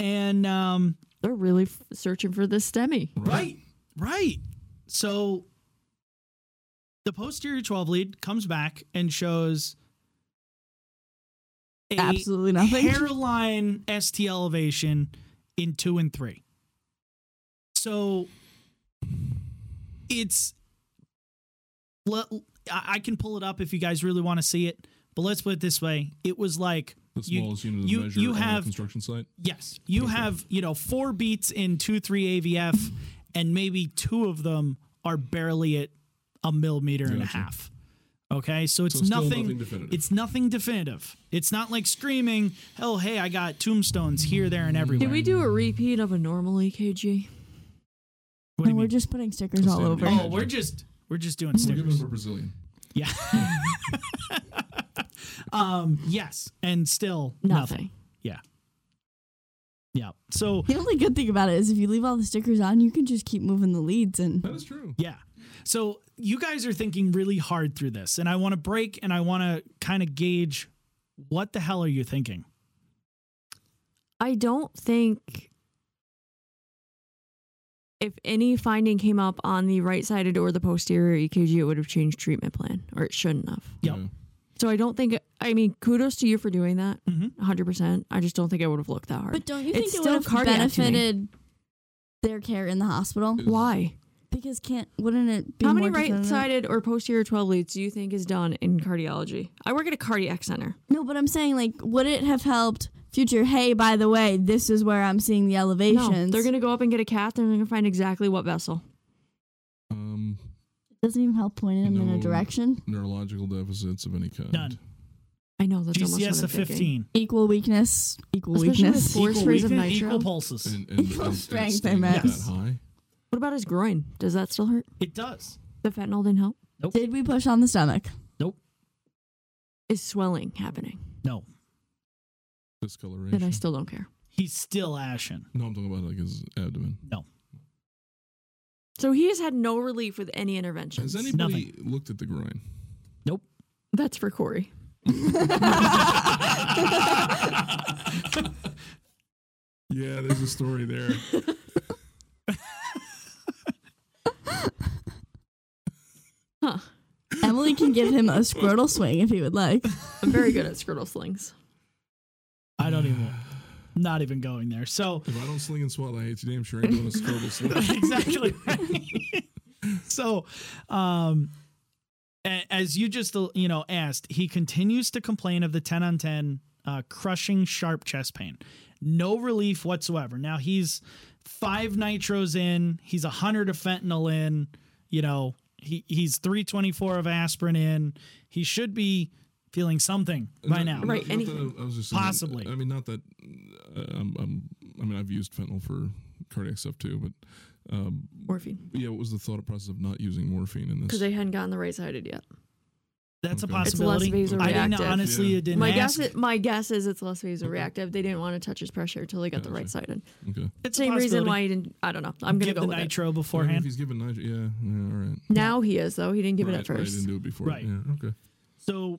B: and um
D: They're really f- searching for this STEMI.
B: right right so the posterior 12 lead comes back and shows a
C: Absolutely nothing.
B: hairline ST elevation in two and three. So it's let- I I can pull it up if you guys really want to see it, but let's put it this way: it was like
A: The
B: you-
A: smallest unit of
B: you-
A: measure
B: you
A: on a
B: have-
A: construction site.
B: Yes, you have you know four beats in two three AVF, and maybe two of them are barely at a millimeter and a
A: Gotcha.
B: half. Okay, so it's
A: So still
B: nothing.
A: nothing definitive.
B: It's nothing definitive. It's not like screaming, "Oh, hey, I got tombstones here, there, and everywhere."
D: Did we do a repeat of a normal E EKG?
B: What do
C: And
B: you
C: we're
B: mean?
C: just putting stickers all
A: Standard
C: over.
A: EKG.
B: oh, we're just we're just doing
A: We're giving
B: stickers.
A: them a Brazilian.
B: Yeah. um. Yes, and still nothing.
D: Nothing.
B: Yeah. Yeah. So
C: The only good thing about it is if you leave all the stickers on, you can just keep moving the leads and
A: That is true.
B: Yeah. So you guys are thinking really hard through this, and I want to break and I want to kind of gauge what the hell are you thinking?
D: I don't think if any finding came up on the right sided or the posterior EKG, it would have changed treatment plan, or it shouldn't have.
B: Yep.
A: Yeah.
D: So I don't think. I mean, kudos to you for doing that.
B: Mhm.
D: 100. percent I just don't think I would have looked that hard.
C: But don't you
D: It's
C: think it
D: still
C: would have
D: cardiac to me.
C: benefited their care in the hospital?
D: Why?
C: Because can't wouldn't it be
D: How many
C: more definitive?
D: right-sided or posterior 12 leads do you think is done in cardiology? I work at a cardiac center.
C: No, but I'm saying like, would it have helped future? Hey, by the way, this is where I'm seeing the elevations.
D: No, they're going to go up and get a cath and they're going to find exactly what vessel.
A: Um,
C: doesn't even help pointing them in
A: No.
C: a direction.
A: neurological deficits of any kind.
B: None.
D: I know that's almost
B: GCS
D: what I'm
B: of
D: thinking.
B: 15.
C: Equal weakness. Equal
D: Especially
C: weakness.
D: with Four sprays of
B: weakness,
D: nitro?
B: equal pulses.
A: And, and, and,
C: Equal
A: and
C: strength,
A: staying
C: I meant.
A: That
B: Yes.
A: high.
D: What about his groin? Does that still hurt?
B: It does.
D: The fentanyl didn't help.
C: Did we push on the stomach?
B: Nope.
D: Is swelling happening?
B: No.
A: Discoloration.
D: Then I still don't care.
B: He's still ashen.
A: no, I'm talking about like his abdomen.
B: No.
D: So he has had no relief with any interventions.
A: Has anybody looked at the groin?
B: Nope.
D: That's for Corey.
A: Yeah, there's a story there.
D: Huh.
C: Emily can give him a scrotal swing if he would like.
D: I'm very good at skirtle slings.
B: I don't even. Not even going there. So
A: if I don't sling and swat, I hate you. Damn sure I ain't doing a scrotal sling.
B: exactly. right. so, um, a- as you just uh, you know asked, he continues to complain of the ten on ten uh, crushing sharp chest pain, no relief whatsoever. Now he's five nitros in, he's a hundred of fentanyl in, you know he he's three twenty four of aspirin in. He should be feeling something by now.
A: Not-
D: Right,
A: not that
D: anything.
A: I, I was just saying-
B: Possibly.
A: I mean, not that. uh, I'm, I'm. I mean, I've used fentanyl for cardiac stuff too, but um,
D: Morphine.
A: yeah, what was the thought process of not using morphine in
D: Because
A: this?
D: they hadn't gotten the right sided yet.
B: That's
A: Okay.
B: a
A: It's
D: less
B: possibility. I didn't know.
D: vasoreactive.
B: Honestly,
A: Yeah.
B: it didn't.
D: My
B: ask.
D: guess, is, my guess is it's less vasoreactive. They didn't want to touch his pressure until they got the right side in.
A: Okay.
B: It's a
D: Same reason
B: possibility.
D: why he didn't. I don't know. I'm gonna
B: give
D: go
B: the
D: with it.
B: nitro
A: Even If
B: beforehand.
A: he's given nitro, yeah, yeah, all right.
D: Now he is though. He didn't give
A: right,
D: it at
A: right, he
D: first.
A: didn't do it before.
B: Right.
A: Yeah, okay.
B: So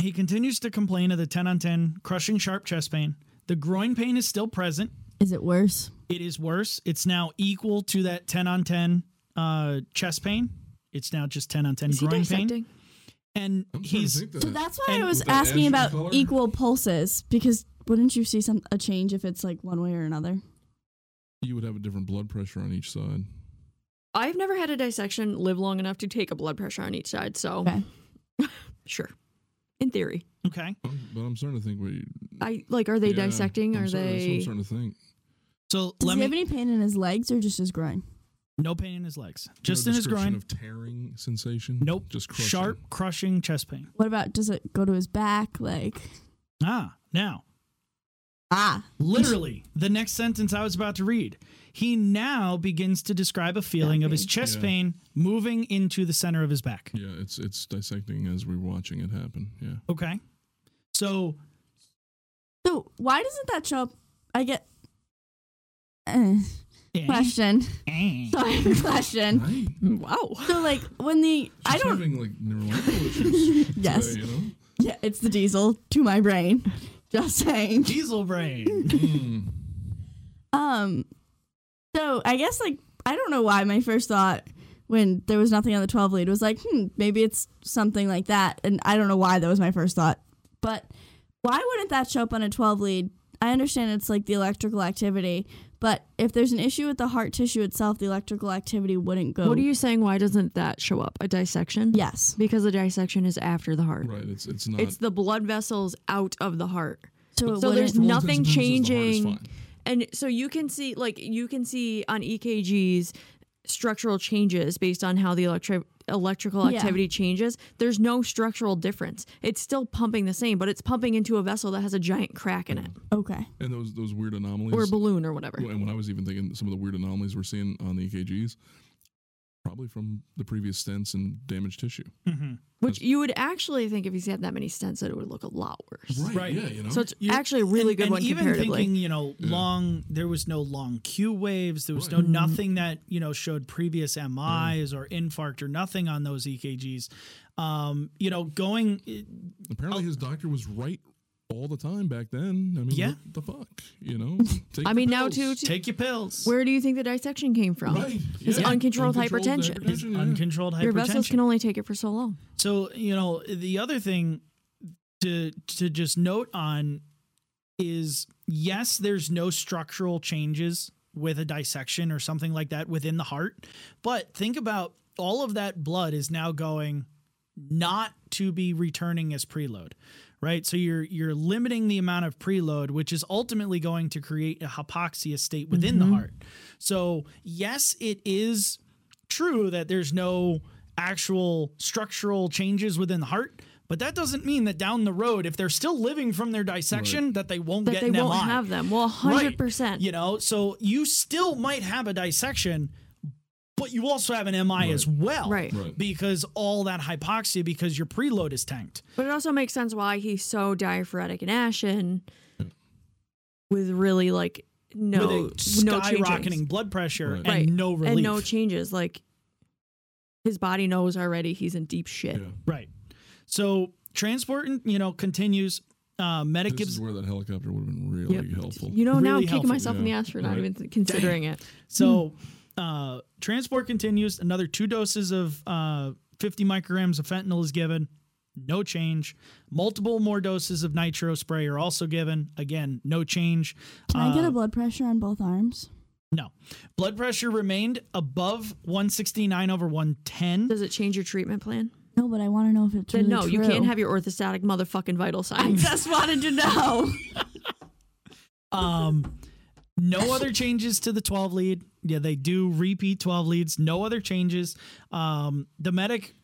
B: he continues to complain of the 10 on 10 crushing sharp chest pain. The groin pain is still present.
C: Is it worse?
B: It is worse. It's now equal to that 10 on 10 uh, chest pain. It's now just 10 on 10
D: Is he
B: groin pain.
D: dissecting?
B: And
A: I'm trying to
B: he's
A: think that.
C: So that's why
B: And
C: I was
A: with that ashen
C: asking about
A: color?
C: equal pulses because wouldn't you see some a change if it's like one way or another?
A: you would have a different blood pressure on each side.
D: I've never had a dissection live long enough to take a blood pressure on each side. So
C: Okay.
D: sure, in theory,
B: okay.
A: Um, But I'm starting to think. What you,
D: I like. Are they
A: yeah,
D: dissecting?
A: I'm
D: Are
A: starting- that's what I'm starting
D: they?
A: to think.
B: So
C: Does
B: let
C: he
B: me
C: have any pain in his legs or just his groin?
B: no pain in his legs,
A: Do you have
B: just
A: a
B: in his
A: description
B: groin.
A: Of tearing sensation.
B: Nope.
A: Just crushing.
B: Sharp crushing chest pain.
C: What about does it go to his back? Like
B: Ah, now
C: ah,
B: Literally, the next sentence I was about to read. He now begins to describe a feeling of his chest
A: Yeah.
B: pain moving into the center of his back.
A: Yeah, it's it's dissecting as we're watching it happen. Yeah.
B: Okay. So,
C: so why doesn't that show up? I get eh,
B: eh,
C: question.
B: eh.
C: Sorry, question.
A: Right?
D: Wow.
C: So like when the I
A: She's
C: don't
A: having like neurological issues. today,
C: Yes.
A: you know?
C: yeah, it's the diesel to my brain. Just saying.
B: diesel brain.
A: Mm.
C: Um, so I guess like I don't know why my first thought when there was nothing on the twelve lead was like, hmm, maybe it's something like that, and I don't know why that was my first thought, but why wouldn't that show up on a twelve lead? I understand it's like the electrical activity, but if there's an issue with the heart tissue itself, the electrical activity wouldn't go.
D: What are you saying? Why doesn't that show up? A dissection?
C: Yes.
D: Because the dissection is after the heart.
A: Right. It's it's not.
D: It's the blood vessels out of the heart.
C: So, it
D: So there's
C: wouldn't-
A: For all
D: nothing
A: intents and purposes, the
D: changing.
A: heart is fine.
D: And so you can see, like, you can see on EKGs structural changes based on how the electri- electrical
C: Yeah.
D: activity changes. There's no structural difference. It's still pumping the same, but it's pumping into a vessel that has a giant crack in it
A: Mm.
C: Okay.
A: And those those weird anomalies.
D: or a balloon or whatever.
A: and when I was even thinking some of the weird anomalies we're seeing on the EKGs, probably from the previous stents and damaged tissue.
B: Mhm.
D: Which you would actually think if he's had that many stents that it would look a lot worse.
B: Right.
A: Yeah. You know.
D: So it's
B: You-
D: actually a really
B: and-
D: good
B: and
D: one
B: even
D: comparatively.
B: thinking, you know, long. There was no long Q waves. There was no
A: Right.
B: nothing that you know showed previous MIs or infarct or nothing on those EKGs. Um, you know, going eh,
A: Apparently, his doctor was right all the time back then. I mean,
B: Yeah.
A: what the fuck, you know? Take
D: I
A: the
D: mean, now
A: pills.
D: too, too-
B: take your pills.
D: where do you think the dissection came from?
A: Right.
D: It's uncontrolled hypertension.
B: It's
A: yeah.
B: uncontrolled hypertension.
D: Your vessels can only take it for so long.
B: So you know the other thing to to just note on is yes, there's no structural changes with a dissection or something like that within the heart, but think about all of that blood is now going not to be returning as preload, right? So you're you're limiting the amount of preload, which is ultimately going to create a hypoxia state within
D: Mm-hmm.
B: the heart. So yes, it is true that there's no actual structural changes within the heart, but that doesn't mean that down the road, if they're still living from their dissection, that they won't
D: That
B: get
D: they
B: an
D: won't
B: MI.
D: have them. Well, 100%.
B: Right. You know, so you still might have a dissection, but you also have an MI as well.
D: Right.
A: Right.
B: Because all that hypoxia, because your preload is tanked.
D: But it also makes sense why he's so diaphoretic and ashen with really like no
B: with a
D: no
B: skyrocketing
D: changes.
B: blood pressure
A: Right.
B: and
D: right.
B: no relief.
D: And no changes. Like his body knows already he's in deep shit.
A: Yeah.
B: right. So transporting, you know, continues. Uh, medic
A: This
B: gives
A: is where that helicopter would have been really
D: Yep.
A: helpful.
D: You know, now
B: Really
D: I'm kicking
B: helpful.
D: myself in the
A: Yeah.
D: ass for not
A: Right.
D: even th- considering it.
B: So uh, transport continues. Another two doses of uh, 50 micrograms of fentanyl is given. No change. Multiple more doses of nitro spray are also given. Again, no change.
C: Can I get
B: Uh,
C: a blood pressure on both arms?
B: no. Blood pressure remained above 169 over 110.
D: Does it change your treatment plan?
C: No, but I want to know if it's
D: Then
C: really
D: no, you
C: true.
D: can't have your orthostatic motherfucking vital
C: I
D: signs.
C: just wanted to know.
B: Um, no other changes to the 12 lead. Yeah, they do repeat 12 leads. No other changes. Um, the medic,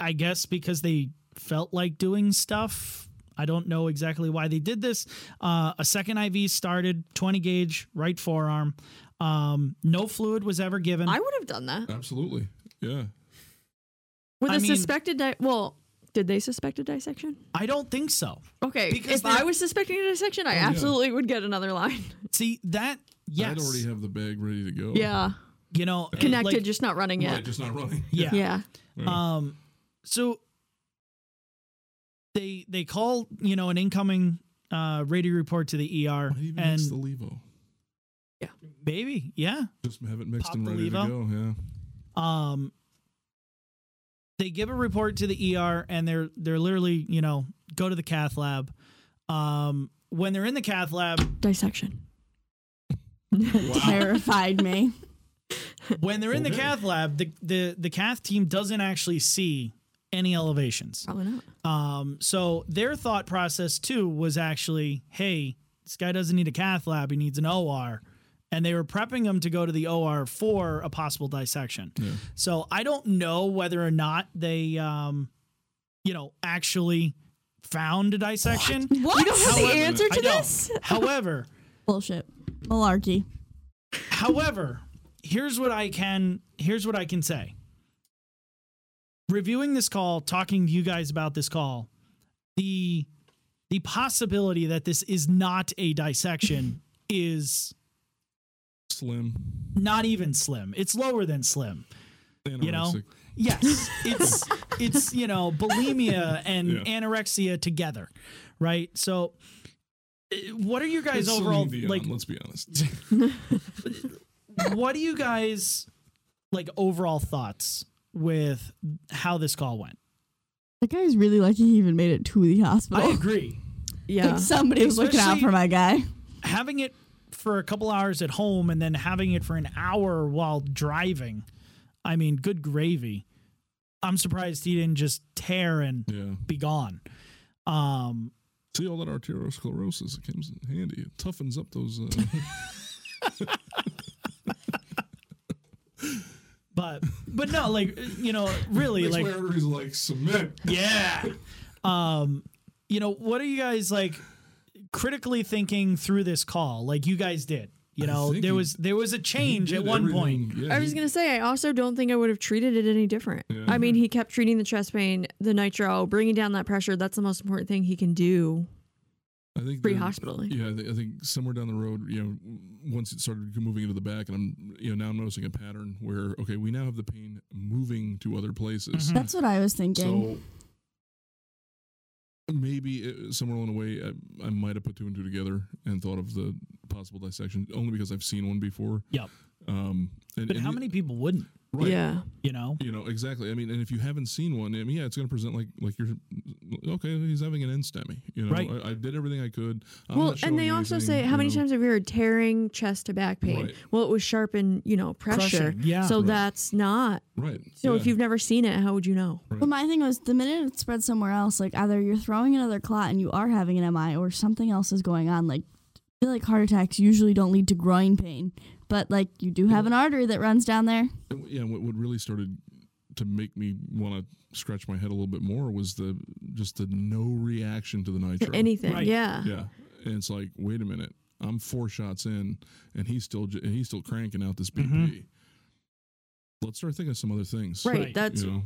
B: I guess, because they felt like doing stuff. I don't know exactly why they did this. Uh, a second IV started, 20 gauge, right forearm. Um, no fluid was ever given.
D: I would have done that
A: Absolutely. Yeah.
D: with
B: I
D: a
B: mean-
D: suspected. Di- well, Did they suspect a dissection?
B: I don't think so.
D: Okay,
B: Because Oh,
D: if I
B: they're-
D: was suspecting a dissection, I absolutely would get another line.
B: See that? Yes.
A: I'd already have the bag ready to go.
D: Yeah,
B: you know, Oh. like-
D: connected, just not running
A: Right,
D: yet.
A: just not running.
B: yeah.
D: yeah,
A: Mm-hmm.
B: Um, so they they call you know an incoming uh radio report to the ER
A: Might even
B: and
A: mix the Levo.
B: baby, yeah.
A: Just have it mixed
B: Pop
A: and
B: the
A: ready
B: Levo?
A: to go. Yeah.
B: Um, they give a report to the ER and they're they're literally you know go to the cath lab. Um, when they're in the cath lab,
D: dissection.
C: Terrified me.
B: when they're in the
A: Okay.
B: cath lab, the the the cath team doesn't actually see any elevations.
D: Probably not.
B: Um, so their thought process too was actually, hey, this guy doesn't need a cath lab; he needs an OR. And they were prepping him to go to the OR for a possible dissection.
A: Yeah.
B: So I don't know whether or not they, um, you know, actually found a dissection.
D: What? You don't have
B: However-
D: the answer
B: I
D: to
B: don't.
D: this.
B: However,
C: Bullshit. Malarkey.
B: However, here's what I can here's what I can say. Reviewing this call, talking to you guys about this call, the the possibility that this is not a dissection is
A: Slim.
B: not even slim. It's lower than slim.
A: Anorexic.
B: know? Yes, it's it's you know bulimia and
A: Yeah.
B: anorexia together, right? So, uh, what are your guys
A: It's Celine
B: overall
A: Dion,
B: like?
A: let's be honest.
B: what do you guys like overall thoughts with how this call went?
C: That guy's really lucky he even made it to the hospital.
B: agree.
D: Yeah.
C: Like somebody was looking out
B: Especially-
C: for my guy.
B: Having it for a couple hours at home and then having it for an hour while driving, I mean, good gravy. I'm surprised he didn't just tear and
A: Yeah.
B: be gone. Um,
A: See all that arteriosclerosis. It comes in handy. It toughens up those. Uh,
B: but but no, like you know, really,
A: makes
B: like
A: my arteries like cement.
B: yeah. Um, you know, what are you guys like critically thinking through this call? Like you guys did. You
A: I
B: know,
A: think
B: there
A: he-
B: was there was a change
A: He
B: at
A: did
B: one point.
A: everything. Yeah,
D: I
A: he-
D: was gonna say, I also don't think I would have treated it any different.
A: Yeah.
D: I
B: Mm-hmm.
D: mean, he kept treating the chest pain, the nitro, bringing down that pressure. That's the most important thing he can do
A: I think
D: pre
A: there-
D: hospital.
A: Yeah, I, thi- I think somewhere down the road, you know, once it started moving into the back, and I'm, you know, now I'm noticing a pattern where okay, we now have the pain moving to other places.
B: Mhm.
C: That's what I was thinking.
A: So maybe uh, somewhere along the way, I, I might have put two and two together and thought of the possible dissection only because I've seen one before.
B: Yep.
A: Um, and,
B: But
A: and
B: how
A: you-
B: many people wouldn't?
A: Right.
D: Yeah.
B: You know,
A: You know exactly. I mean, and if you haven't seen one, I mean, yeah, it's going to present like like you're okay. He's having an end STEMI. You know,
B: Right.
A: I, I did everything I could. I'm
D: Well,
A: not showing
D: and they
A: you
D: also
A: anything,
D: say, how
A: you
D: many
A: know.
D: times have you heard tearing chest to back pain?
A: Right.
D: Well, it was sharp and, you know, pressure.
B: Crushing, yeah.
D: So
A: Right.
D: that's not.
A: Right.
D: So if
A: yeah.
D: you've never seen it, how would you know?
C: But my thing was the minute it spread somewhere else, like either you're throwing another clot and you are having an MI or something else is going on. Like I feel like heart attacks usually don't lead to groin pain. But like you do have an artery that runs down there.
A: And, yeah, what, what really started to make me want to scratch my head a little bit more was the just the no reaction to the nitro.
D: To anything.
B: Right.
D: Yeah.
A: yeah, and it's like, wait a minute, I'm four shots in, and he's still j- and he's still cranking out this BP.
B: Mm-hmm.
A: Let's start thinking of some other things.
D: Right.
B: Right.
D: That's,
A: You know.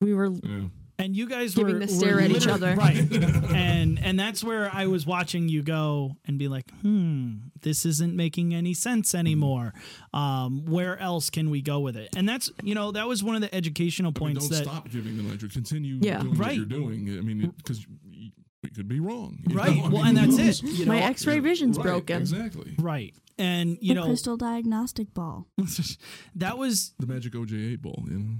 D: we were,
A: Yeah.
B: and you guys
D: Giving
B: were
D: the stare
B: were
D: at each
B: literally-
D: other.
B: right? and and that's where I was watching you go and be like, hmm, this isn't making any sense anymore. Um, where else can we go with it? And that's you know that was one of the educational
A: I mean,
B: points
A: don't
B: that
A: stop giving the nitro. Continue
D: Yeah.
A: doing what
B: Right.
A: you're doing. I mean, because we could be wrong. you
B: right.
A: know? I
B: well,
A: mean,
B: and that's
A: who
B: it.
A: knows?
B: You know,
D: my x ray vision's
A: Right,
D: broken.
A: Exactly.
B: right? And you
C: the
B: know
C: crystal diagnostic ball.
B: that was
A: The magic OJ8 ball, you know?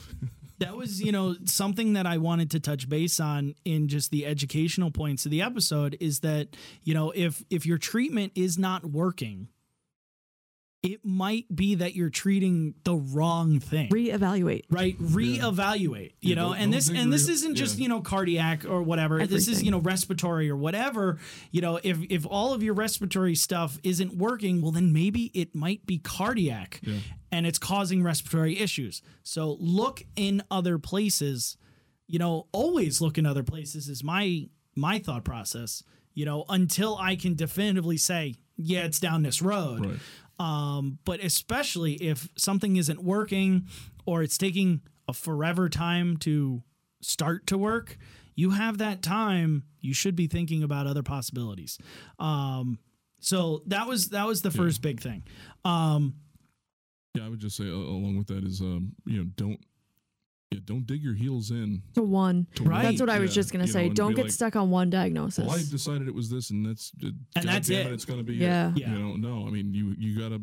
B: that was you know something that i wanted to touch base on in just the educational points of the episode is that you know if if your treatment is not working it might be that you're treating the wrong thing
D: Reevaluate.
B: right reevaluate you
A: Yeah,
B: know
A: don't-
B: and
A: don't
B: this
A: think
B: and this
A: re-
B: isn't just
A: yeah.
B: you know cardiac or whatever this is
D: Everything.
B: you know respiratory or whatever you know if if all of your respiratory stuff isn't working well then maybe it might be cardiac
A: Yeah.
B: and it's causing respiratory issues so look in other places you know always look in other places is my my thought process you know until i can definitively say yeah it's down this road
A: Right.
B: um, but especially if something isn't working or it's taking a forever time to start to work, you have that time. You should be thinking about other possibilities. Um, so that was that was the first big thing. Um,
A: Yeah, I would just say uh, along with that is um, you know don't yeah, don't dig your heels in.
D: To one.
A: To
B: Right.
A: one.
D: That's what I was
A: Yeah,
D: just gonna
A: you know,
D: say.
A: and
D: Don't
A: be
D: get
A: like,
D: stuck on one diagnosis.
A: Well, I decided it was this, and that's uh, God
B: that's
A: damn
B: it.
A: It's gonna be
D: Yeah.
A: It.
B: Yeah.
A: You know, no, I mean you you gotta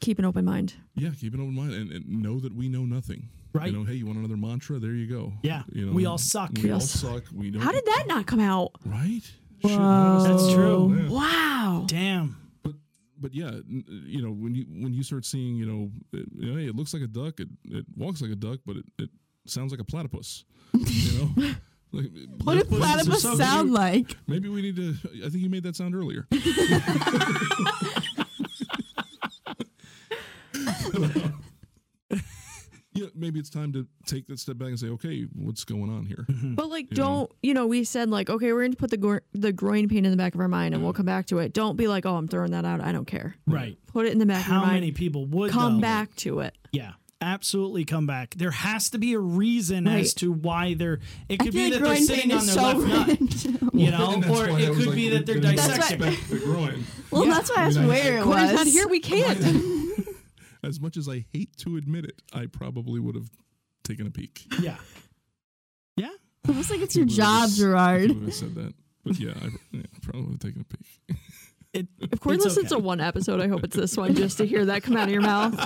D: Keep an open mind.
A: yeah keep an open mind and, and know that we know nothing.
B: Right.
A: You know, hey, you want another mantra? There you go.
B: Yeah.
A: You know,
B: We all suck.
A: We
B: We
A: all
D: all
A: suck. We don't.
D: How did that not come out?
A: Right. Shit, how does
B: That's
A: that-
B: true.
A: Yeah.
D: Wow.
B: damn.
A: but but yeah, n- you know when you when you start seeing you know it, you know, hey, it looks like a duck, it, it walks like a duck, but it, it sounds like a platypus. You know, like,
C: What
A: yeah,
C: did platypus
B: so
C: sound
B: cute.
C: like?
A: maybe we need to. I think you made that sound earlier. yeah, maybe it's time to take that step back and say, okay, what's going on here?
D: But like,
A: Yeah.
D: don't you know? We said like, okay, we're going to put the gro- the groin pain in the back of our mind, and we'll come back to it. Don't be like, oh, I'm throwing that out. I don't care.
B: Right.
D: Put it in the back of
B: How
D: your mind.
B: many people would
D: come
B: though?
D: back to it.
B: Yeah, absolutely come back. There has to be a reason
D: Right.
B: as to why they're. It
C: I
B: could be
C: feel like
B: that they're
C: groin
B: sitting
C: pain
B: on
C: is
B: their
C: so
B: left nut,
C: random.
B: you know,
A: And that's
B: or
A: why I
B: it
A: was
B: could
A: like,
B: be that they're
A: didn't
B: dissecting.
A: expect the groin.
C: Well,
B: Yeah.
C: that's why I was
A: I mean, I-
C: where it
D: Corey's
C: was.
D: not here. We can't.
A: As much as I hate to admit it, I probably would have taken a peek.
B: Yeah, yeah.
C: Almost like it's your
A: Would've
C: job,
A: just-
C: Gerard.
A: would've said that. But yeah, I yeah, probably would have taken a peek.
B: It,
D: Of course,
B: It's
D: listen
B: okay.
D: to one episode. I hope it's this one, just to hear that come out of your mouth.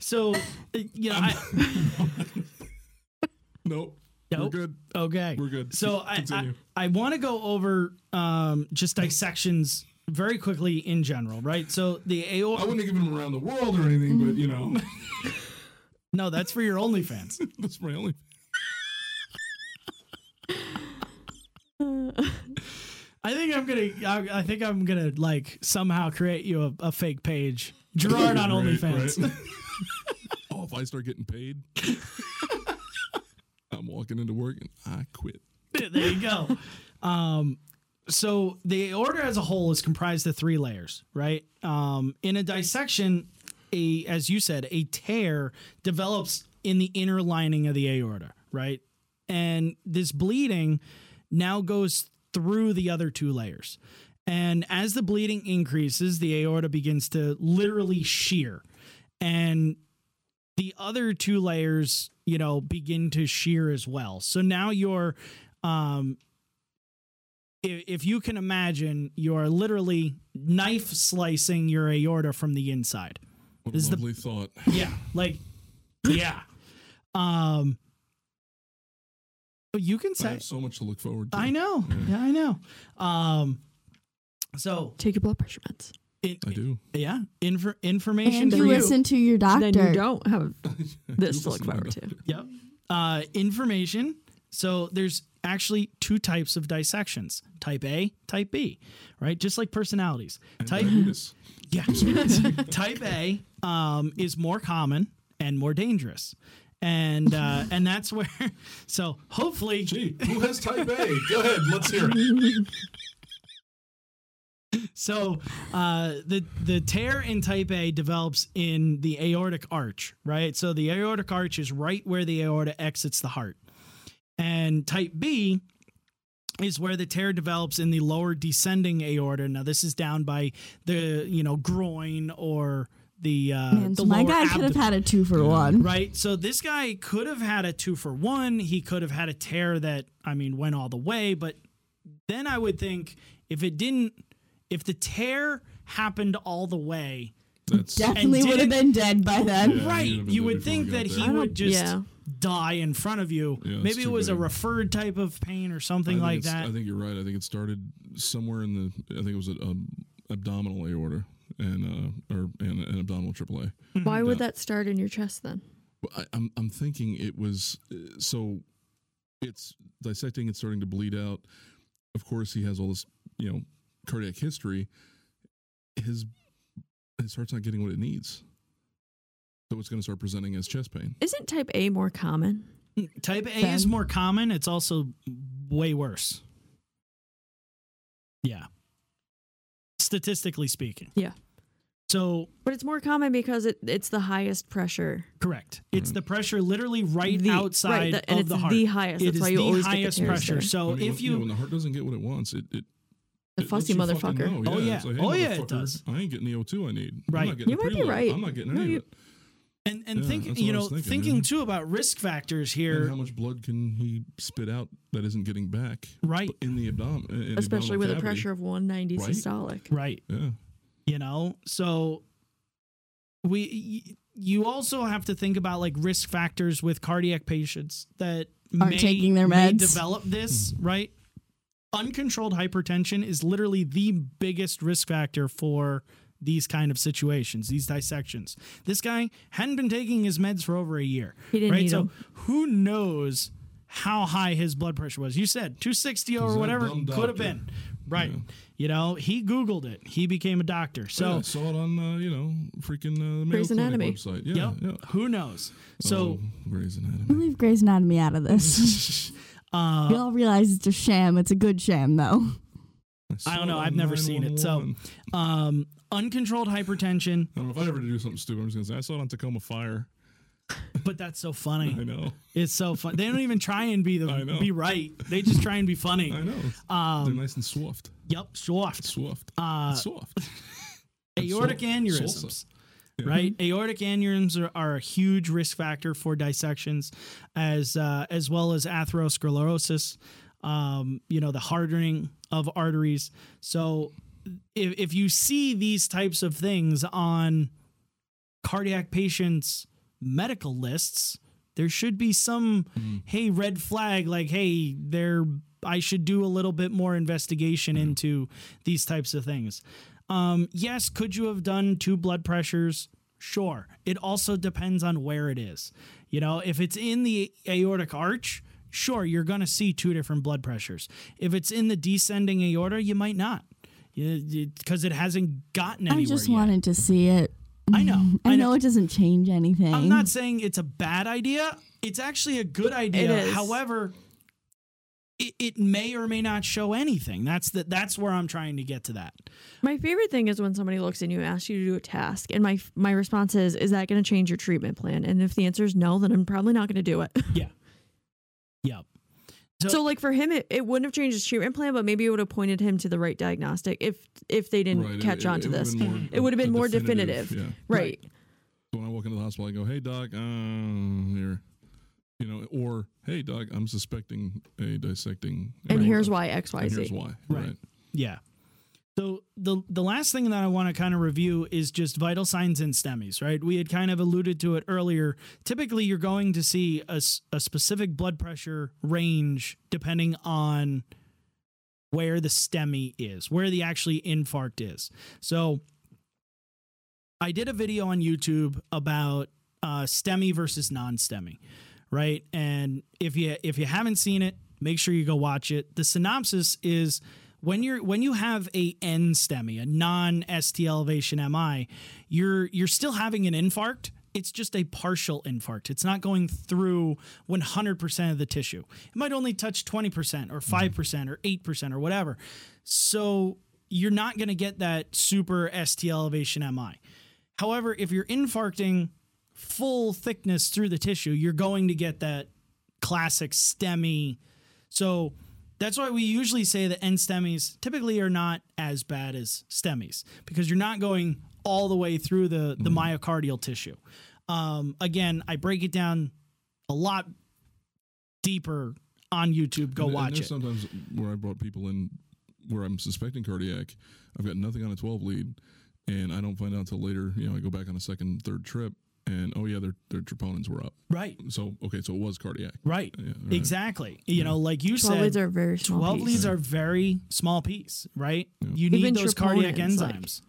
B: so, uh, you know, I,
A: Nope.
B: Nope.
A: We're good.
B: okay,
A: We're good.
B: So I I,
A: Continue.
B: I want to go over um, just dissections very quickly in general, right? So the
A: I
B: aorta.
A: wouldn't have given him around the world or anything, but you know,
B: No, that's for your OnlyFans.
A: that's my only.
B: I think I'm gonna. I, I think I'm gonna like somehow create you a, a fake page, Gerard on
A: Right,
B: OnlyFans.
A: right. oh, if I start getting paid, I'm walking into work and I quit.
B: there you go. Um, so the aorta as a whole is comprised of three layers, right? Um, in a dissection, a as you said, a tear develops in the inner lining of the aorta, right? And this bleeding now goes through the other two layers. And as the bleeding increases, the aorta begins to literally shear. And the other two layers, you know, begin to shear as well. So now you're, um, if, if you can imagine, you're literally knife slicing your aorta from the inside.
A: What
B: This is
A: a
B: the-
A: lovely thought.
B: Yeah, like, yeah. Um, but you can
A: I
B: say,
A: have so much to look forward to.
B: I know, yeah, I know. Um, so
D: Take your blood pressure meds.
B: it,
A: I do.
B: yeah, infor- information
C: And
B: to
C: you
B: you.
C: listen to your doctor.
D: Then you don't have
A: I
D: this
A: do
D: to look
A: listen
D: forward
A: that.
D: to.
B: Yep. Uh, information. So there's actually two types of dissections: type A, type B, right? Just like personalities.
A: And
B: Type
A: diabetes.
B: yeah. type A um, is more common and more dangerous, and uh, and that's where. So hopefully,
A: Gee, who has type A? Go ahead, let's hear it.
B: So uh, the the tear in type A develops in the aortic arch, right? So the aortic arch is right where the aorta exits the heart, and type B is where the tear develops in the lower descending aorta. Now this is down by the you know groin or the uh,
C: Man,
B: the
C: so my
B: lower
C: guy could have
B: abdomen.
C: had a two for one.
B: Right. So this guy could have had a two for one. He could have had a tear that, I mean, went all the way. But then I would think if it didn't, if the tear happened all the way,
A: That's
C: Definitely
B: And
C: would have
B: didn't-
C: been dead by then.
A: Yeah,
B: right,
A: he'd have been
B: you
A: dead
B: would
A: before
B: think
A: we got
B: that
A: there.
B: he
A: I
B: would
D: don't-
B: just
D: yeah.
B: die in front of you.
A: Yeah, that's
B: Maybe it
A: too
B: was a
A: bad.
B: referred type of pain or
A: I
B: something
A: think
B: like
A: it's-
B: that.
A: I think you're right. I think it started somewhere in the. I think it was an um, abdominal aorta and uh, or and an abdominal AAA.
D: Why would
A: Yeah.
D: that start in your chest then?
A: But I, I'm I'm thinking it was uh, so. It's dissecting. It's starting to bleed out. Of course, he has all this you know cardiac history. His his heart's not getting what it needs, so it's going to start presenting as chest pain.
D: Isn't type A more common?
B: Mm, type A
D: Then-
B: is more common. It's also way worse. Yeah. Statistically speaking.
D: Yeah.
B: So
D: But it's more common because it, it's the highest pressure.
B: Correct. It's
A: Mm.
B: the pressure literally right
D: The-
B: outside
D: right, the- and
B: of
D: it's
B: the heart.
D: the highest.
B: It
D: That's
B: is
D: why you
B: the
D: always get the
B: highest
D: tears
B: pressure.
D: there.
B: So
A: I mean,
B: Oh, if
A: you, know, when
B: you
A: the heart doesn't get what it wants, it, it
D: The
A: it lets
D: fussy
A: you fucking
D: motherfucker.
A: know.
B: Oh, yeah.
A: It's like, hey,
B: Oh, yeah, it
A: motherfucker,
B: does.
A: I ain't getting the O2 I need. I'm
B: Right.
A: not getting
D: You
A: the
D: might be
A: preload.
D: right.
A: I'm not getting
D: No,
A: any
D: you-
A: of it.
B: and and
A: Yeah,
B: think
A: that's
B: you
A: what I
B: know
A: was thinking,
B: thinking
A: yeah.
B: too about risk factors
A: And
B: here.
A: how much blood can he spit out that isn't getting back
B: Right.
A: in the abdomen? in the
D: Especially
A: abdominal
D: with a
A: cavity?
D: pressure of 190
A: Right?
D: systolic.
B: Right.
A: Yeah.
B: you know so we y- you also have to think about like risk factors with cardiac patients that
C: Aren't
B: may,
C: taking their
B: may
C: meds.
B: develop this
A: Mm-hmm.
B: right uncontrolled hypertension is literally the biggest risk factor for these kind of situations these dissections this guy hadn't been taking his meds for over a year
D: He didn't
B: right
D: need
B: so
D: 'em.
B: who knows how high his blood pressure was you said 260 or
A: that
B: whatever
A: dumb
B: could have
A: doctor.
B: been right you know he googled it he became a doctor so
A: yeah, I saw it on uh, you know freaking uh, the Mayo
D: Grey's
A: Clinic
D: Anatomy.
A: website. Yeah,
B: Yep.
A: yeah.
B: Who knows? So
A: oh, Grey's Anatomy.
C: Leave Grey's Anatomy out of this.
A: Oh.
B: uh,
C: we all realize it's a sham. It's a good sham, though.
A: saw
B: don't know.
A: it on
B: I've never seen it, so-
A: 911.
B: um, uncontrolled hypertension,
A: I don't know if I ever do something stupid. I'm just gonna say I saw it on Tacoma Fire.
B: but that's so
A: I
B: funny.
A: know.
B: It's so fun. They don't even try and be
A: I
B: the
A: know.
B: be right. They just try and be funny.
A: I know. They're nice and soft.
B: Yep, soft.
A: Soft.
B: Um, Uh,
A: soft.
B: aortic
A: Sol-
B: aneurysms. Right, aortic aneurysms are, are a huge risk factor for dissections, as uh, as well as atherosclerosis. Um, you know the hardening of arteries. So, if, if you see these types of things on cardiac patients' medical lists, there should be some hey red flag like hey there I should do a little bit more investigation into these types of things. Um, yes, could you have done two blood pressures? Sure. It also depends on where it is. You know, if it's in the aortic arch, sure, you're going to see two different blood pressures. If it's in the descending aorta, you might not because it hasn't gotten anywhere
C: I just
B: yet.
C: wanted to see it.
B: I know.
C: I, know, it doesn't change anything.
B: I'm not saying it's a bad idea. It's actually a good idea.
D: It is.
B: However, it, it may or may not show anything. That's the, That's where I'm trying to get to that.
D: My favorite thing is when somebody looks at you and asks you to do a task, and my my response is, "Is that going to change your treatment plan?" And if the answer is no, then I'm probably not going to do it.
B: Yeah. Yep. So-
D: so, like for him, it, it wouldn't have changed his treatment plan, but maybe it would have pointed him to the right diagnostic if if they didn't
A: Right, it-
D: catch
A: it-
D: on to
A: it would've
D: this.
A: been more-
D: it would have been
A: a
D: more definitive,
A: definitive, yeah.
D: right?
A: So when I walk into the hospital, I go, "Hey doc, um, here," you know, or "Hey doc, I'm suspecting a dissecting."
D: And
A: aorta,
D: here's why X Y
A: And here's
D: Z.
A: why.
B: Right. Yeah. So the the last thing that I want to kind of review is just vital signs and STEMIs, right? We had kind of alluded to it earlier. Typically, you're going to see a, s- a specific blood pressure range depending on where the STEMI is, where the actually infarct is. So I did a video on YouTube about uh, STEMI versus non-STEMI, right? And if you if you haven't seen it, make sure you go watch it. The synopsis is when you're when you have a N STEMI, a non-ST elevation MI, you're you're still having an infarct. It's just a partial infarct. It's not going through 100% of the tissue. It might only touch 20% or 5% or 8% or whatever. So you're not going to get that super ST elevation MI. However, if you're infarcting full thickness through the tissue, you're going to get that classic STEMI. So that's why we usually say that end STEMIs typically are not as bad as STEMIs because you're not going all the way through the,
A: Mm-hmm.
B: the myocardial tissue. Um, again, I break it down a lot deeper on YouTube. Go
A: And- and
B: watch
A: there's
B: it.
A: Sometimes where I brought people in where I'm suspecting cardiac, I've got nothing on a 12 lead, and I don't find out until later. You know, I go back on a second, third trip, and oh yeah, their their troponins were up.
B: right,
A: So okay, so it was cardiac.
B: right.
A: Yeah, right.
B: Exactly. You know, like you
D: Twelve
B: said,
D: leads are a very small.
B: 12
D: piece.
B: leads are very small piece, right? You need
D: Even
B: those cardiac
D: troponins, like-
B: enzymes.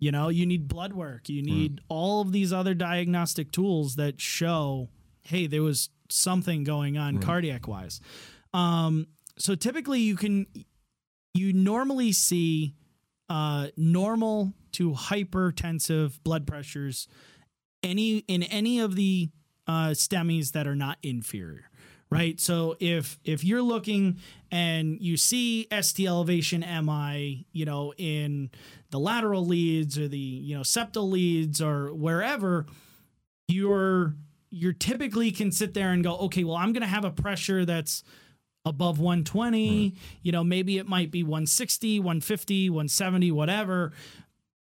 B: you know, you need blood work. You need all of these other diagnostic tools that show, hey, there was something going on cardiac wise. Um, so typically you can, you normally see uh, normal to hypertensive blood pressures any in any of the uh, STEMIs that are not inferior, right? So if if you're looking and you see ST elevation MI, you know, in the lateral leads or the, you know, septal leads or wherever, you're you're typically can sit there and go, okay, well, I'm going to have a pressure that's above 120, you know, maybe it might be 160, 150, 170, whatever.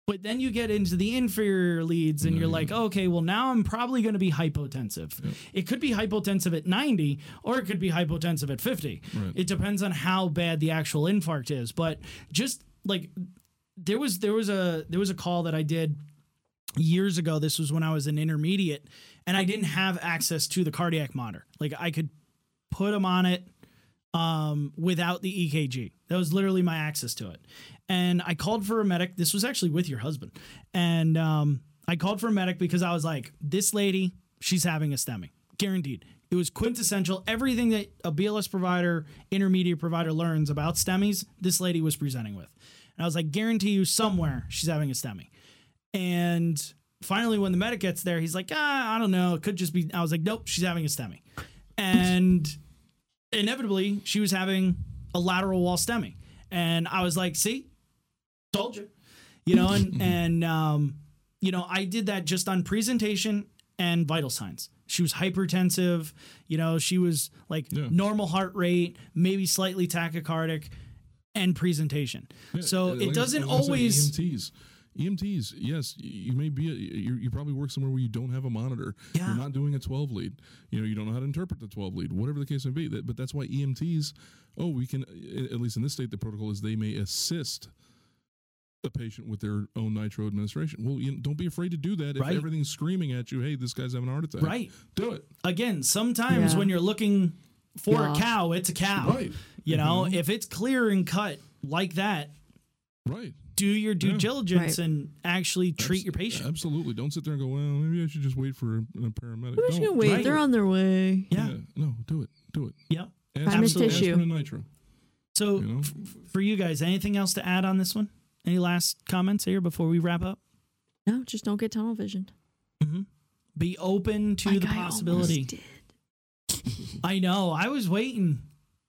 B: But then you get into the inferior leads and you're like, okay, well, now I'm probably going to be hypotensive. It could be hypotensive at 90 or it could be hypotensive at 50.
A: Right.
B: It depends on how bad the actual infarct is. But just like there was there was a there was a call that I did years ago. This was when I was an intermediate and I didn't have access to the cardiac monitor. Like I could put them on it um, without the EKG. That was literally my access to it. And I called for a medic. This was actually with your husband. And um, I called for a medic because I was like, this lady, she's having a stemming, guaranteed. It was quintessential. Everything that a BLS provider, intermediate provider learns about STEMIs, this lady was presenting with. And I was like, guarantee you somewhere she's having a STEMI. And finally, when the medic gets there, he's like, ah, I don't know. It could just be. I was like, nope, she's having a STEMI. And inevitably, she was having a lateral wall STEMI. And I was like, see, told you. You know, and, and, um, you know, I did that just on presentation and vital signs. She was hypertensive. You know, she was like
A: Yeah.
B: normal heart rate, maybe slightly tachycardic, and presentation. so
A: Yeah,
B: it
A: like I-
B: doesn't
A: like I said,
B: always.
A: EMTs. EMTs, E yes, y- you may be. A, you you probably work somewhere where you don't have a monitor.
B: Yeah.
A: You're not doing a 12 lead. You know, you don't know how to interpret the 12 lead, whatever the case may be. That, but that's why EMTs. Oh, we can. a- At least in this state, the protocol is they may assist the patient with their own nitro administration. Well, you don't be afraid to do that if
B: Right.
A: everything's screaming at you. Hey, this guy's having a heart attack.
B: Right.
A: Do it.
B: again, sometimes
D: Yeah.
B: when you're looking for
D: Yeah. Mm-hmm.
B: a cow, it's a cow.
A: Right. Mm-hmm.
B: You know, if it's clear and cut like that,
A: Right.
B: do your due
A: Yeah.
B: diligence
D: Right.
B: and actually treat
A: Abs-
B: your patient.
A: Absolutely. Don't sit there and go. Well, maybe I should just wait for a, a paramedic.
D: We're just
A: Don't.
D: gonna wait.
B: Right.
D: They're on their way.
B: Yeah.
A: No. Do it. Do it.
B: Yeah.
A: Aspirin,
B: missed
A: aspirin
D: issue.
A: and nitro.
B: So,
A: You know?
B: f- f- for you guys, anything else to add on this one? Any last comments here before we wrap up?
D: No, just don't get tunnel vision.
A: Mm-hmm.
B: Be open to
D: Like
B: the
D: I almost
B: possibility.
D: did.
B: I know. I was waiting.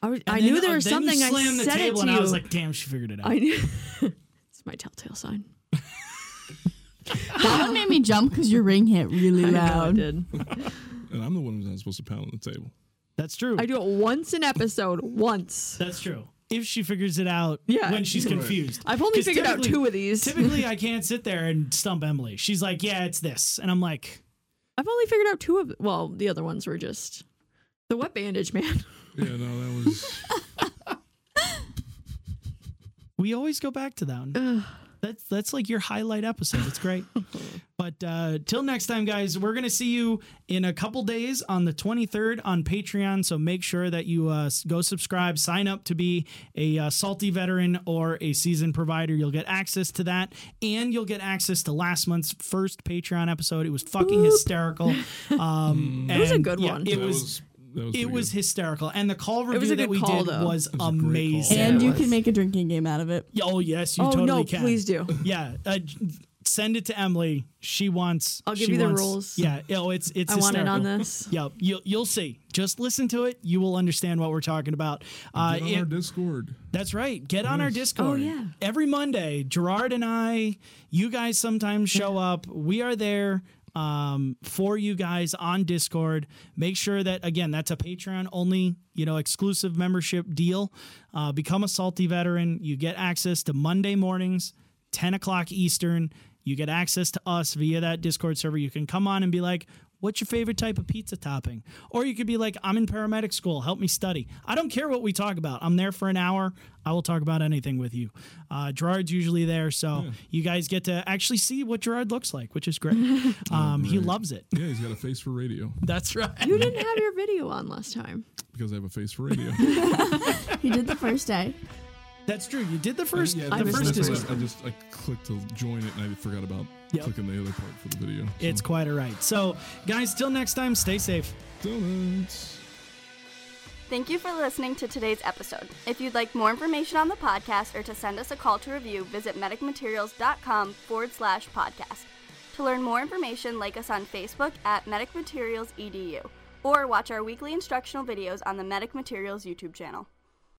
D: I, was, I
B: And then-
D: knew there
B: uh,
D: was
B: then you
D: something. I
B: slammed the
D: said
B: table
D: it to
B: and
D: you.
B: I was like, "Damn, she figured it out."
D: I knew. it's my telltale sign.
C: That one made me jump because your ring hit really
D: I know I
C: loud.
D: did.
A: And I'm the one who's not supposed to pound on the table.
B: That's true.
D: I do it once an episode. Once.
B: That's true. If she figures it out
D: Yeah.
B: when she's
D: Right.
B: confused.
D: I've only
B: 'Cause
D: figured out
B: typically-
D: two of these.
B: Typically, I can't sit there and stump Emily. She's like, "Yeah, it's this," and I'm like,
D: I've only figured out two of. Well, the other ones were just the wet bandage man.
A: Yeah, no, that was.
B: "We always go back to that." One. That's that's like your highlight episode. It's great. but uh, till next time, guys, we're gonna see you in a couple days on the 23rd on Patreon. So make sure that you uh, s- go subscribe, sign up to be a uh, salty veteran or a seasoned provider. You'll get access to that, and you'll get access to last month's first Patreon episode. It was fucking hysterical. Um, it
D: was a good one.
B: It
A: that
B: was
A: that was
B: It
A: pretty
B: was
A: good.
B: hysterical, and the call
D: was
B: review
D: a
B: that
D: good
B: we
D: call,
B: did
D: though.
A: was
B: was
A: a great call.
B: amazing.
C: And you
D: was.
C: can make a drinking game out of it.
B: oh yes, you
D: oh
B: totally
D: no!
B: can.
D: Please do.
B: Yeah, uh, j- send it to Emily. She wants.
D: I'll give
B: she
D: you the
B: wants-
D: rules.
B: Yeah. Oh, it's it's.
D: I want it on
B: hysterical.
D: this.
B: Yeah, you'll you'll see. Just listen to it. You will understand what we're talking about. Uh,
A: Get on
B: it-
A: our Discord.
B: that's right. Get on our Discord.
D: Oh, yeah.
B: Every Monday, Gerard and I, you guys sometimes show up. We are there um, for you guys on Discord. Make sure that, again, that's a Patreon only, you know, exclusive membership deal. Uh, become a salty veteran. You get access to Monday mornings, 10 o'clock Eastern. You get access to us via that Discord server. You can come on and be like, What's your favorite type of pizza topping? Or you could be like, I'm in paramedic school. Help me study. I don't care what we talk about. I'm there for an hour. I will talk about anything with you. Uh, Gerard's usually there. So you guys get to actually see what Gerard looks like, which is great. Um, he loves it.
A: Yeah, he's got a face for radio
B: That's right.
D: You didn't have your video on last time.
A: because I have a face for radio.
C: He did the first day.
B: That's true. You did the first,
A: yeah,
B: the
A: that's-
B: first
A: that's
B: Discord.
A: what I, I just I clicked to join it and I forgot about
B: Yep.
A: clicking the other part for the video. So,
B: It's quite all right. So, guys, till next time, stay safe.
A: donuts.
E: Thank you for listening to today's episode. If you'd like more information on the podcast or to send us a call to review, visit medicmaterials.com forward E slash podcast. To learn more information, like us on Facebook at medicmaterialsedu. or watch our weekly instructional videos on the Medic Materials YouTube channel.